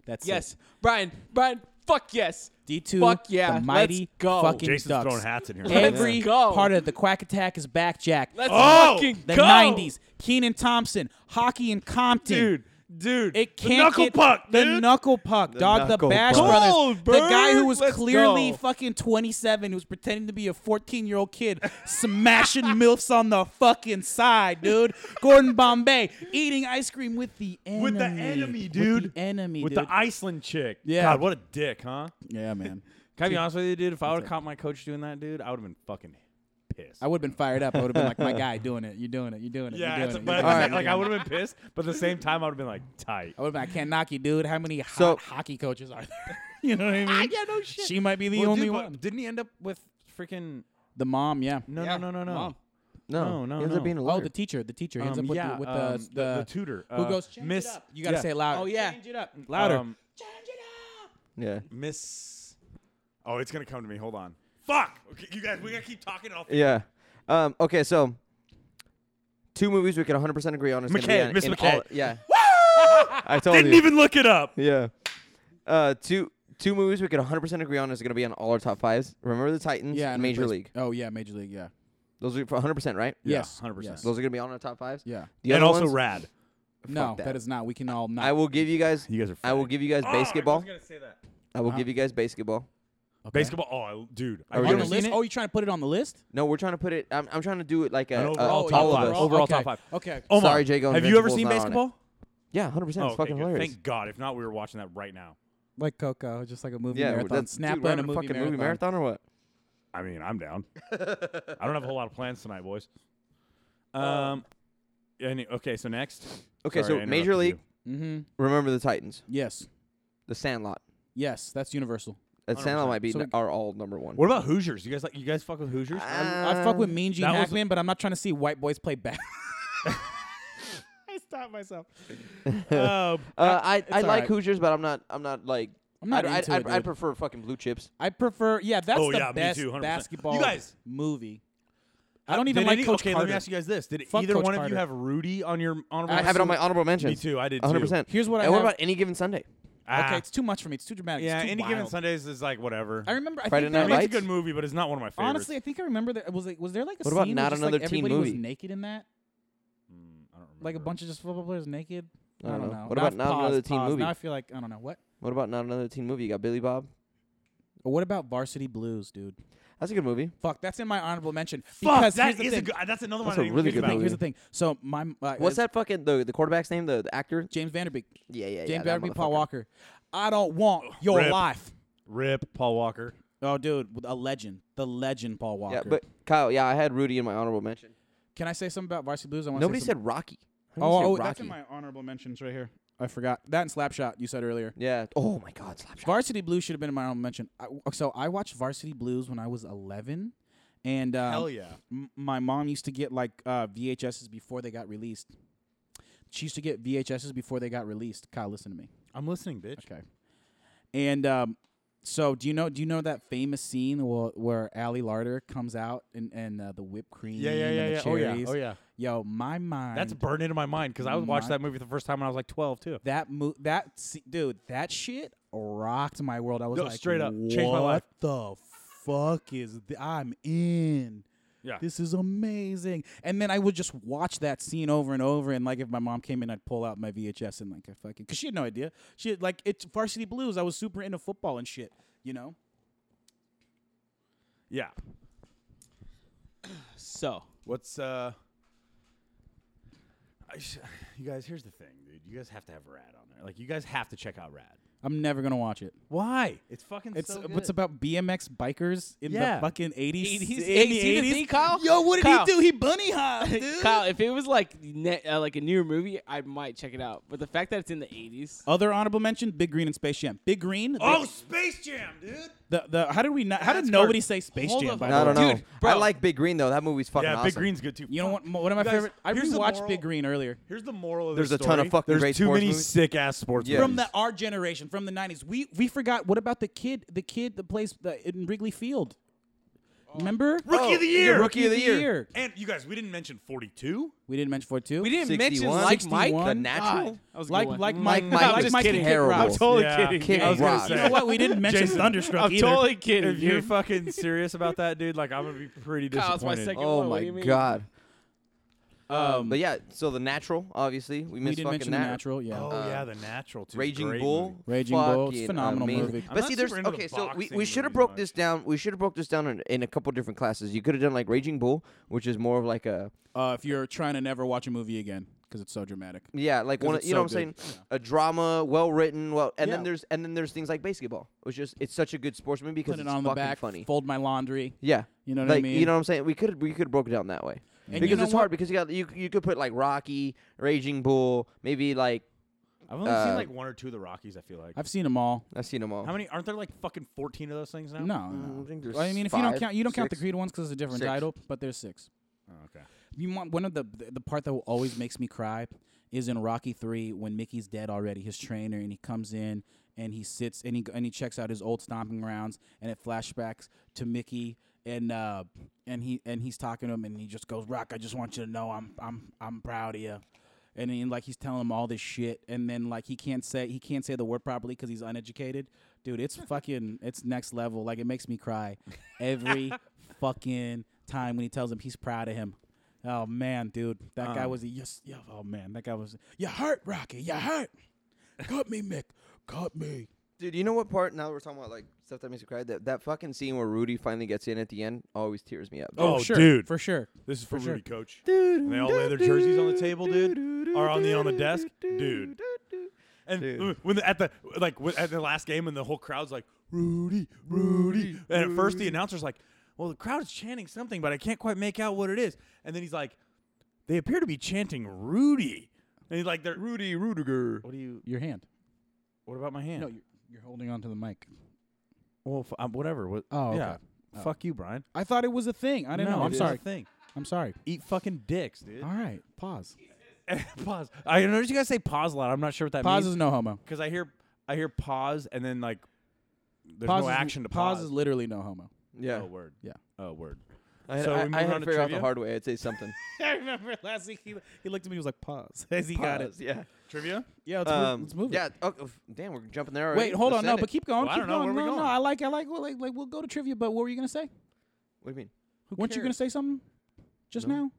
That's Yes, Brian, Brian, fuck yes. D two. Fuck yeah, the let's Mighty go. fucking Jason's Ducks. throwing hats in here. Every Let's go. part of the Quack Attack is back, Jack. Let's Oh! fucking the go. '90s, Keenan Thompson, hockey in Compton, Dude, dude. It the can't knuckle get- puck, The dude. knuckle puck, dog. knuckle the Bash puck. Brothers, the Goldberg, guy who was let's clearly go. fucking 27, who was pretending to be a 14 year old kid, smashing milfs on the fucking side, dude. Gordon Bombay eating ice cream with the enemy, With the enemy, With dude. the enemy, with dude. the Iceland chick. Yeah. God, what a dick, huh? yeah, man. Can I be honest with you, dude? If I would have caught my coach doing that, dude, I would have been fucking pissed. I would have been fired up. I would have been like, "My guy, doing it. You're doing it. You're doing it. yeah, you're it's, doing it. but You're at the doing same- it. You're like I doing it." would have been pissed, but at the same time, I would have been like tight. I would have been. I can't knock you, dude. How many hot So- hockey coaches are there? you know what I mean? yeah, no shit. She might be the Well, only dude, but one. Didn't he end up with freaking? The mom, yeah. No, Yeah, no, no, no, no. mom. No, No, no, He ends no. up being a Oh, lawyer. the teacher. The teacher. He ends Um, up with, yeah, the, with um, the, the, tutor who uh, goes change Miss. it up. You gotta yeah. say it loud. Oh yeah. Change it up. louder. Um, yeah. Miss. Oh, it's gonna come to me. Hold on. Fuck. Okay, you guys, we gotta keep talking. Off. Yeah. Um, okay, so two movies we could 100% agree on is gonna McKay, be on- Miss in McKay. all- yeah. I told Didn't you. even look it up. yeah. Uh, two two movies we could 100% agree on is going to be on all our top 5s. Remember the Titans, yeah. and Major replace- League. Oh yeah, Major League. Yeah. Those are for 100%, right? Yes. 100%. yes. Those are going to be on our top 5s. Yeah. The and other also ones, rad. No, that. that is not. We can all not. I will give you guys You guys are. Oh, I will give you Ah, guys basketball. gonna say that. I will give you guys basketball. Okay. Basketball. Oh, I- dude. I Are we on would've gonna- the seen list. it. Oh, you're trying to put it on the list? Oh, No, we're trying to put it I'm, I'm trying to do it like a, An a- overall all top of five. us. Overall okay. top five. Okay. Omar, Sorry, Jago. Oh Have you ever Invincible's seen not on it. basketball? Yeah, 100%. Oh, it's okay, fucking good. hilarious. Thank God. If not, we were watching that right now. Like Coco, just like a movie yeah, marathon. that's Snap dude, we're on a having movie fucking marathon. movie marathon or what? I mean, I'm down. I don't have a whole lot of plans tonight, boys. Um. Any, okay, so next. Okay, Sorry, I so interrupted Major League, you. Mm-hmm. Remember the Titans, Yes. The Sandlot. Yes. That's Universal. The Sandlot 100%. might be So n- our all number one. What about Hoosiers? You guys like? You guys fuck with Hoosiers? Uh, I fuck with Mean Gene that was- Hackman, but I'm not trying to see white boys play back. I stopped myself. Um, Uh, I I like alright. Hoosiers, but I'm not I'm not like I'm not I'd, I'd, into I'd, it, I'd dude. prefer fucking blue chips. I prefer. Yeah, that's Oh, the yeah, me best too, 100%. basketball You guys- movie. I don't Did even like any- Coach okay, Carter. let me ask you guys this: Did Fuck either Coach one of Carter. you have Rudy on your honorable? I have it on mentions? my honorable mentions. Me too. I did. too. 100. percent Here's what I And what have- about any given Sunday? Ah. okay, it's too much for me. It's too dramatic. yeah, it's too any given wild. Sundays is like whatever. I remember. I Friday think Night I that mean, was, it's a Lights? good movie, but it's not one of my favorites. honestly, I think I remember that was like, was there like a What about scene not where just, another like teen everybody was movie? naked in that? Mm, I don't remember. Like a bunch of just football players naked. I don't don't know. know. Uh, What Now about I've not paused, another teen paused. movie? Now I feel like I don't know what. What about not another teen movie? You got Billy Bob. Or what about Varsity Blues, dude? That's a good movie. Fuck, that's in my honorable mention. Fuck, because here's that the is a thing. good, that's another That's a one. I didn't really think good about. movie. Here's the thing. So my uh, What's that fucking the the quarterback's name? The, the actor? James Vanderbeek, Yeah, yeah, yeah. James that Vanderbeek, Paul motherfucker. Walker. I don't want your Rip. life. Rip Paul Walker. Oh, dude, with a legend, the legend Paul Walker. Yeah, but Kyle, yeah, I had Rudy in my honorable mention. can I say something about Varsity Blues? I want Nobody say said Rocky. something- Nobody Oh, said oh that's in Rocky. my honorable mentions right here. I forgot that and Slapshot you said earlier. Yeah. Oh my God, Slapshot. Varsity Blues should have been in my honorable mention. I, so I watched Varsity Blues when I was 11, and um, Hell yeah. m- my mom used to get like uh, VHSs before they got released. She used to get VHSs before they got released. Kyle, listen to me. I'm listening, bitch. Okay. And um, so, do you know? Do you know that famous scene where, where Allie Larder comes out and and uh, the whipped cream? Yeah, yeah, and yeah, the yeah. Oh yeah, cherries? oh yeah. Yo, my mind. That's burned into my mind because I watched My- that movie the first time when I was like 12 too. that mo- that se- dude. That shit rocked my world. I was No, like, straight up. what Changed my life." the fuck is? Th- I'm in. Yeah. This is amazing. And then I would just watch that scene over and over. And like, if my mom came in, I'd pull out my VHS and like, I fucking, cause she had no idea. She had like, it's Varsity Blues. I was super into football and shit. You know. Yeah. So What's uh? I sh- you guys, here's the thing, dude. You guys have to have Rad on there. Like, you guys have to check out Rad. I'm never gonna watch it. Why? It's fucking. It's so it's good. about BMX bikers in Yeah. the fucking 80s. Eighties, in eighties, the you 80s. think, Kyle? Yo, what did Kyle. he do? He bunny hopped, dude. Kyle, if it was like ne- uh, like a newer movie, I might check it out. But the fact that it's in the '80s, Other honorable mention: Big Green and Space Jam. Big Green. Oh, they- Space Jam, dude. the, the how did we not? How did That's nobody hard. say Space Hold Jam? up. By I the don't way? know. Dude, bro. I like Big Green though. That movie's fucking yeah, awesome. Big Green's good too. You know Fuck. what? One of my You guys, favorite. I here's the rewatched moral- Big Green earlier. Here's the moral of There's this a ton of story. fucking There's great too sports many movies. sick ass sports Yeah. movies. from the our generation, from the '90s. We we forgot. What about the kid? The kid that plays the, in Wrigley Field. Remember? Oh. Rookie of the year. Oh. Rookie of the Year. And you guys, we didn't mention 42. We didn't mention four two. we didn't 61. mention like Mike. 61. The God. Natural. That was a good like one. like Mm. Mike. Mike- like just Mike kidding. and Kid Rock. Terrible. I'm totally Yeah. kidding. Kick I was gonna rocks. say. You know what? We didn't mention Jason, Thunderstruck I'm either. totally kidding. If you're dude. fucking serious about that, dude, like I'm gonna be pretty Kyle, it's my disappointed. second- Oh What do my you mean? God. Um, Oh But yeah, so the natural, obviously, we we missed didn't fucking mention that. the natural. Yeah. Oh Uh, yeah, The Natural. Too. Raging Great Bull, movie. Raging Bull, it's fucking phenomenal amazing. movie. I'm But not see, there's super into the okay. So we, boxing we should have movies broke much. this down. We should have broke this down in, in a couple different classes. You could have done like Raging Bull, which is more of like a Uh, if you're trying to never watch a movie again because it's so dramatic. yeah, like 'Cause one. of- it's You know what so I'm good. saying? A drama, well written, well, and Yeah. then there's and then there's things like basketball, which just it's such a good sports movie because Put it it's on the fucking back. funny. Fold my laundry. yeah, You know what like I mean? you know what I'm saying. We could we could broke it down that way you because know it's hard what? because you got you you could put like Rocky, Raging Bull, maybe like I've only Uh, seen like one or two of the Rockies. I feel like. I've seen them all. I've seen them all. How many? Aren't there like fucking fourteen of those things now? Oh, No, no. Mm, I think there's Well, I mean, if you don't five, count, you don't count the six. Creed ones because it's a different Six. title. But there's six. Oh, okay. You want one of the the the part that will always makes me cry is in Rocky Three when Mickey's dead already, his trainer, and he comes in and he sits and he and he checks out his old stomping grounds, and it flashbacks to Mickey and uh and he and he's talking to him, and he just goes, "Rock, I just want you to know I'm I'm I'm proud of you." And then like he's telling him all this shit, and then like he can't say he can't say the word properly because he's uneducated, dude. It's fucking it's next level. Like it makes me cry every fucking time when he tells him he's proud of him. Oh man, dude, that guy Um, was a yes. Yeah, oh man, that guy was. You hurt, Rocky. You hurt. Cut me, Mick. Cut me. Dude, you know what part? Now that we're talking about like stuff that makes you cry. That that fucking scene where Rudy finally gets in at the end always tears me up. Oh, sure, dude. for sure. This is for, sure. Rudy, coach. Dude. And they all lay their jerseys on the table, dude, or on the on the desk, dude. And when the, at the like when, at the last game, and the whole crowd's like Rudy, Rudy, and at first the announcer's like, "Well, the crowd is chanting something, but I can't quite make out what it is." And then he's like, "They appear to be chanting Rudy," and he's like, "They're Rudy Rudiger." What do you? Your hand. What about my hand? No, you're, you're holding onto the mic. well, f- um, whatever. What, Oh, okay. yeah. Oh. Fuck you, Brian. I thought it was a thing. I didn't know. I'm sorry. Thing. I'm sorry. Eat fucking dicks, dude. All right, pause. pause. I noticed you guys say pause a lot. I'm not sure what that Pause means. is no homo. because I hear I hear pause and then like there's pause no is, action to pause. pause. is literally no homo. Yeah, Oh word. Yeah. Oh word. I had, So I, we I move had on to to figure out the trivia? hard way. I'd say something. I remember last week he, he looked at me. He was like, "Pause." As he Pause, Yeah. Trivia. Yeah, let's, move, Um, let's move it. Yeah. Oh, oh, damn, we're jumping there. Already. Wait, hold Let's on. No, end but it. keep going. Well, I keep don't know. going. Where no, we no. going? I like. I like. Well, like. Like we'll go to trivia. But what were you gonna say? What do you mean? Weren't you gonna say something just now?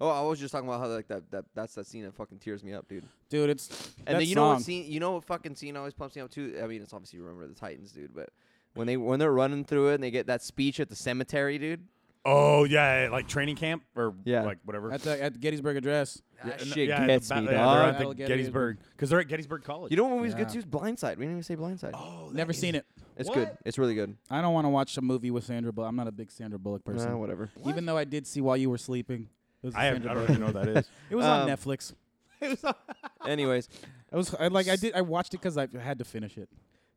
Oh, I was just talking about how like that that that's that scene that fucking tears me up, dude. Dude, it's And that then you know song. what scene? You know what fucking scene always pumps me up too? I mean, it's obviously Remember the Titans, dude. But when they when they're running through it and they get that speech at the cemetery, dude. Oh yeah, yeah, like training camp or Yeah. like whatever. at the at the Gettysburg Address. That no, shit yeah, gets the, ba- me, yeah, they're dog. at Battle the of Gettysburg. Gettysburg because they're at Gettysburg College. You know what movie's good Yeah. too? Is Blindside. We didn't even say Blindside. Oh, Never seen it. it's good. It's really good. I don't want to watch a movie with Sandra Bullock. I'm not a big Sandra Bullock person. Nah, whatever. Even though I did see while you were sleeping. It was, a I, have, Sandra I don't Bullock even know what movie. that is. It was Um, on Netflix. Anyways, I was I, like I did I watched it because I had to finish it.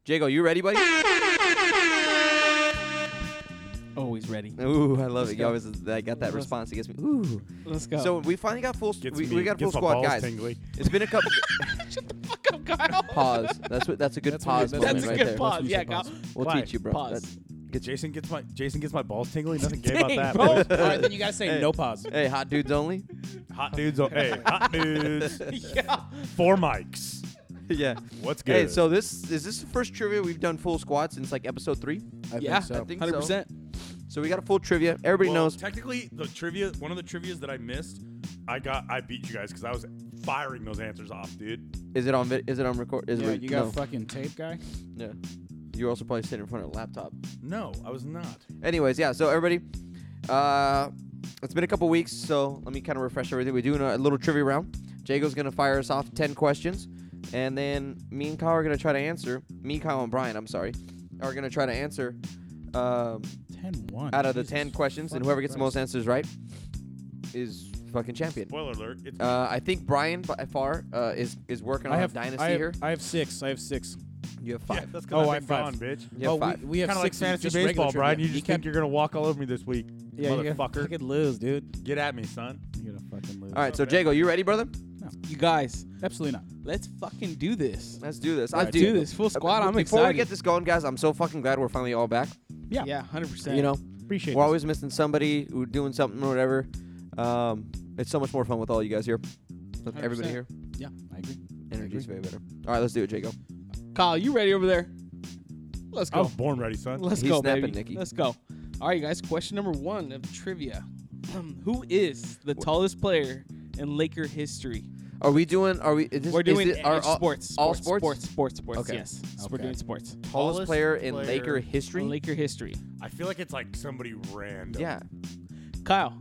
Jago, you ready, buddy? Always ready. Ooh, I love it. You always I got that response. It gets me. Ooh. Let's go. So we finally got full. Gets We, me, we got a full gets my squad, balls guys. Tingly. It's been a couple. pause. That's what. That's a good That's what- pause. that's moment That's a right good there. pause. we Yeah, should go. pause. We'll Why? teach you, bro. Pause. That's- Jason gets my Jason gets my balls tingly. Nothing gay Dang, about that. bro. boys. All right, then you gotta say no pause. hey, hot dudes only. Hot dudes. oh, hey, hot dudes. yeah. Four mics. yeah. What's good? Hey, so this is this the first trivia we've done full squad since like episode three. I Yeah, think so. I think so. 100%. So we got a full trivia. Everybody Well, knows. Technically, the trivia, one of the trivia's that I missed, I got, I beat you guys because I was firing those answers off, dude. Is it on? vid- Is it on record? Is yeah, it? you got no. fucking tape guy. Yeah. You're also probably sitting in front of a laptop. No, I was not. Anyways, yeah. So everybody, uh, it's been a couple weeks, so let me kind of refresh everything. We're doing a little trivia round. Jago's gonna fire us off ten questions, and then me and Kyle are gonna try to answer. Me, Kyle, and Brian. I'm sorry, are gonna try to answer um, Ten one. out of the ten questions, and whoever gets the most answers right is fucking champion. Spoiler alert. It's Uh, I think Brian by far uh, is is working on I have a dynasty I have, here. I have six. I have six. You have yeah, five. that's 'cause Oh, I been five. gone, bitch. You have oh, five. We, we have Kind of like six fantasy just regular baseball, Brian. trivia. You just can't- think you're gonna walk all over me this week, yeah, you're gonna motherfucker. fucking lose, dude. Get at me, son. You're gonna fucking lose. All right, so Jago, you ready, brother? You guys, Absolutely not. let's fucking do this. Let's do this. I Let's do this. Full squad. Before I'm we excited. get this going, guys, I'm so fucking glad we're finally all back. Yeah. yeah, 100%. You know, Appreciate we're always missing somebody, we're doing something or whatever. Um, it's so much more fun with all you guys here. With everybody here. this. Yeah, I agree. Energy's way better. All right, let's do it, Jago. Kyle, you ready over there? Let's I Oh. go. was born ready, son. Let's He's go, snapping, baby. Nikki. Let's go. Um, All right, guys. Question number one of trivia: Who is the tallest player in Laker history. Are we doing? Are we? Is this, We're is doing it- are uh, all, sports, All sports, sports. sports, sports, sports. Okay. Yes, So we're Okay. doing sports. Tallest, Tallest player in player- Laker history. Laker history. I feel like it's like somebody random. Yeah. Kyle,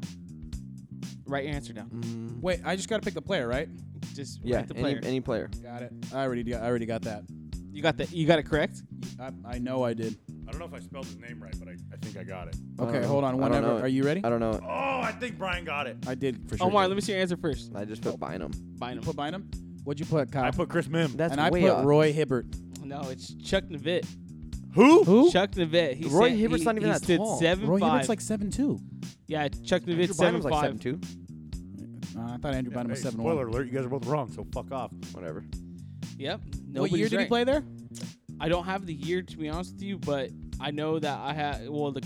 write your answer down. Wait, I just gotta pick the player, right? Just Mm. Yeah. write the player. Any, any player. Got it. I already got. I already got that. you got that? You got it correct. I, I know I did. I don't know if I spelled his name right, but I, I think I got it. I Okay, don't hold know. on. I don't Whenever, know. are you ready? I don't know. Oh, I think Brian got it. I did for sure. Omar, do. let me see your answer first. I just put Bynum. Bynum. put Bynum. What'd you put, Kyle? I put Chris Mim. That's and I way put off. Roy Hibbert. No, it's Chuck Nevitt. Who? Who? Chuck Nevitt. He Roy said- Hibbert's he- not even he that stood tall. Seven Roy five. Hibbert's like seven two. yeah, Chuck Nevitt Andrew seven Bynum's like five. seven two. Uh, I thought Andrew Bynum Hey, was seven spoiler one. alert, you guys are both wrong, so fuck off. Whatever. Yep. What year nobody's did he right. play there? I don't have the year to be honest with you, but I know that I had well the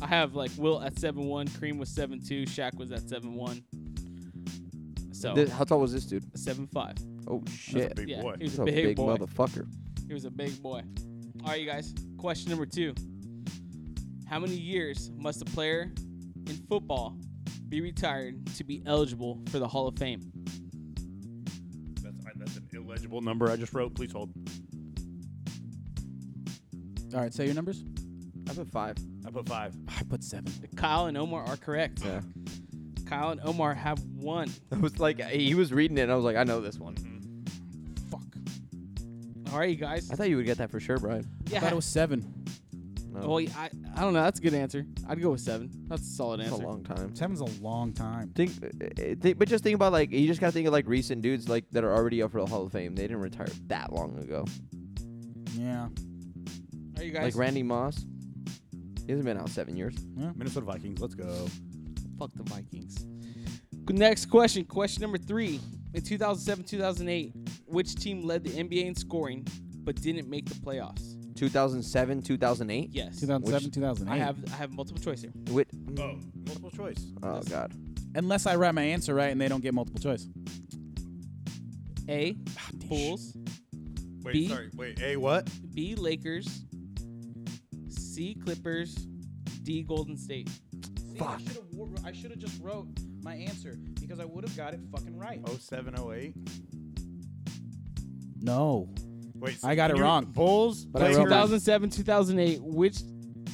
I have like Will at seven one, Cream was seven two, Shaq was at seven one. So This- how tall was this dude? seven five. Oh That's shit. a big Yeah, boy. he was He's a big, boy. motherfucker. He was a big boy. All right, you guys. Question number two: How many years must a player in football be retired to be eligible for the Hall of Fame? That's, that's an illegible number I just wrote. Please hold. All right, say your numbers. I put five. I put five. I put seven. Kyle and Omar are correct. Yeah. Kyle and Omar have one. I was like, he was reading it, and I was like, I know this one. Fuck. All right, you guys. I thought you would get that for sure, Brian. I Yeah. thought it was seven. No, Well, I, I don't know. That's a good answer. I'd go with seven. That's a solid that's a answer. long time. Seven's a long time. Think, uh, uh, think, but just think about like you just gotta think of like recent dudes like that are already up for the Hall of Fame. They didn't retire that long ago. Yeah. Are you guys? Like Randy Moss, he hasn't been out seven years. Minnesota Vikings, let's go. Fuck the Vikings. Next question. Question number three. In 2007 2008, which team led the NBA in scoring but didn't make the playoffs? 2007, 2008. Yes. 2007, Which- 2008. I have I have multiple choice here. Wait, Oh, multiple choice. mm, oh god, Unless I write my answer right and they don't get multiple choice. A. Ah, damn. Bulls. Wait, B? sorry. Wait, A what? B. Lakers. C. Clippers. D. Golden State. Fuck. I should have just wrote my answer because I would have got it fucking right. Oh, 07, 08. No. Wait, I got can it you- wrong. Bulls, But I wrote Lakers, 2007 2008, which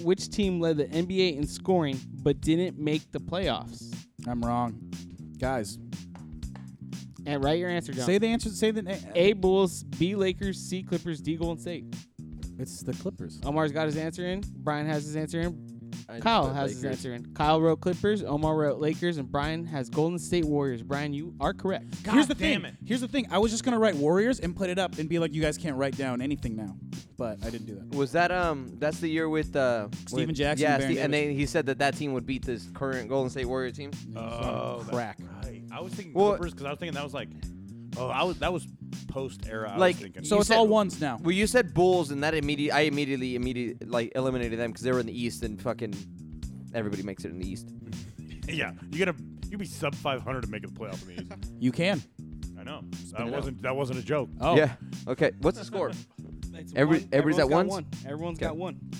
which team led the NBA in scoring but didn't make the playoffs? I'm wrong. Guys, And write your answer down. say the answer. Say the name. A Bulls, B Lakers, C Clippers, D Golden State. It's the Clippers. Omar's got his answer in. Brian has his answer in. I just Kyle put has his Lakers. answer in. Kyle wrote Clippers. Omar wrote Lakers, and Brian has Golden State Warriors. Brian, you are correct. Here's the damn thing. it. Here's the thing. I was just gonna write Warriors and put it up and be like, you guys can't write down anything now. But I didn't do that. Was that um? That's the year with uh Steven with- Jackson Yeah, and Baron Ste- and Davis. they, he said that that team would beat this current Golden State Warrior team. Oh, that's crack. Right. I was thinking Well- Clippers because I was thinking that was like, oh, I was that was post era. Like, I was thinking. So You it's said- all ones now. Well, you said Bulls, and that immediate I immediately immediately like eliminated them because they were in the East, and fucking everybody makes it in the East. yeah, you gotta you be sub 500 to make it the playoff in the East. You can. I know it that out. wasn't that wasn't a joke. Oh. Yeah. Okay. What's the score? It's Every- one. everybody's Everyone's at got once? one. Everyone's Okay. got one.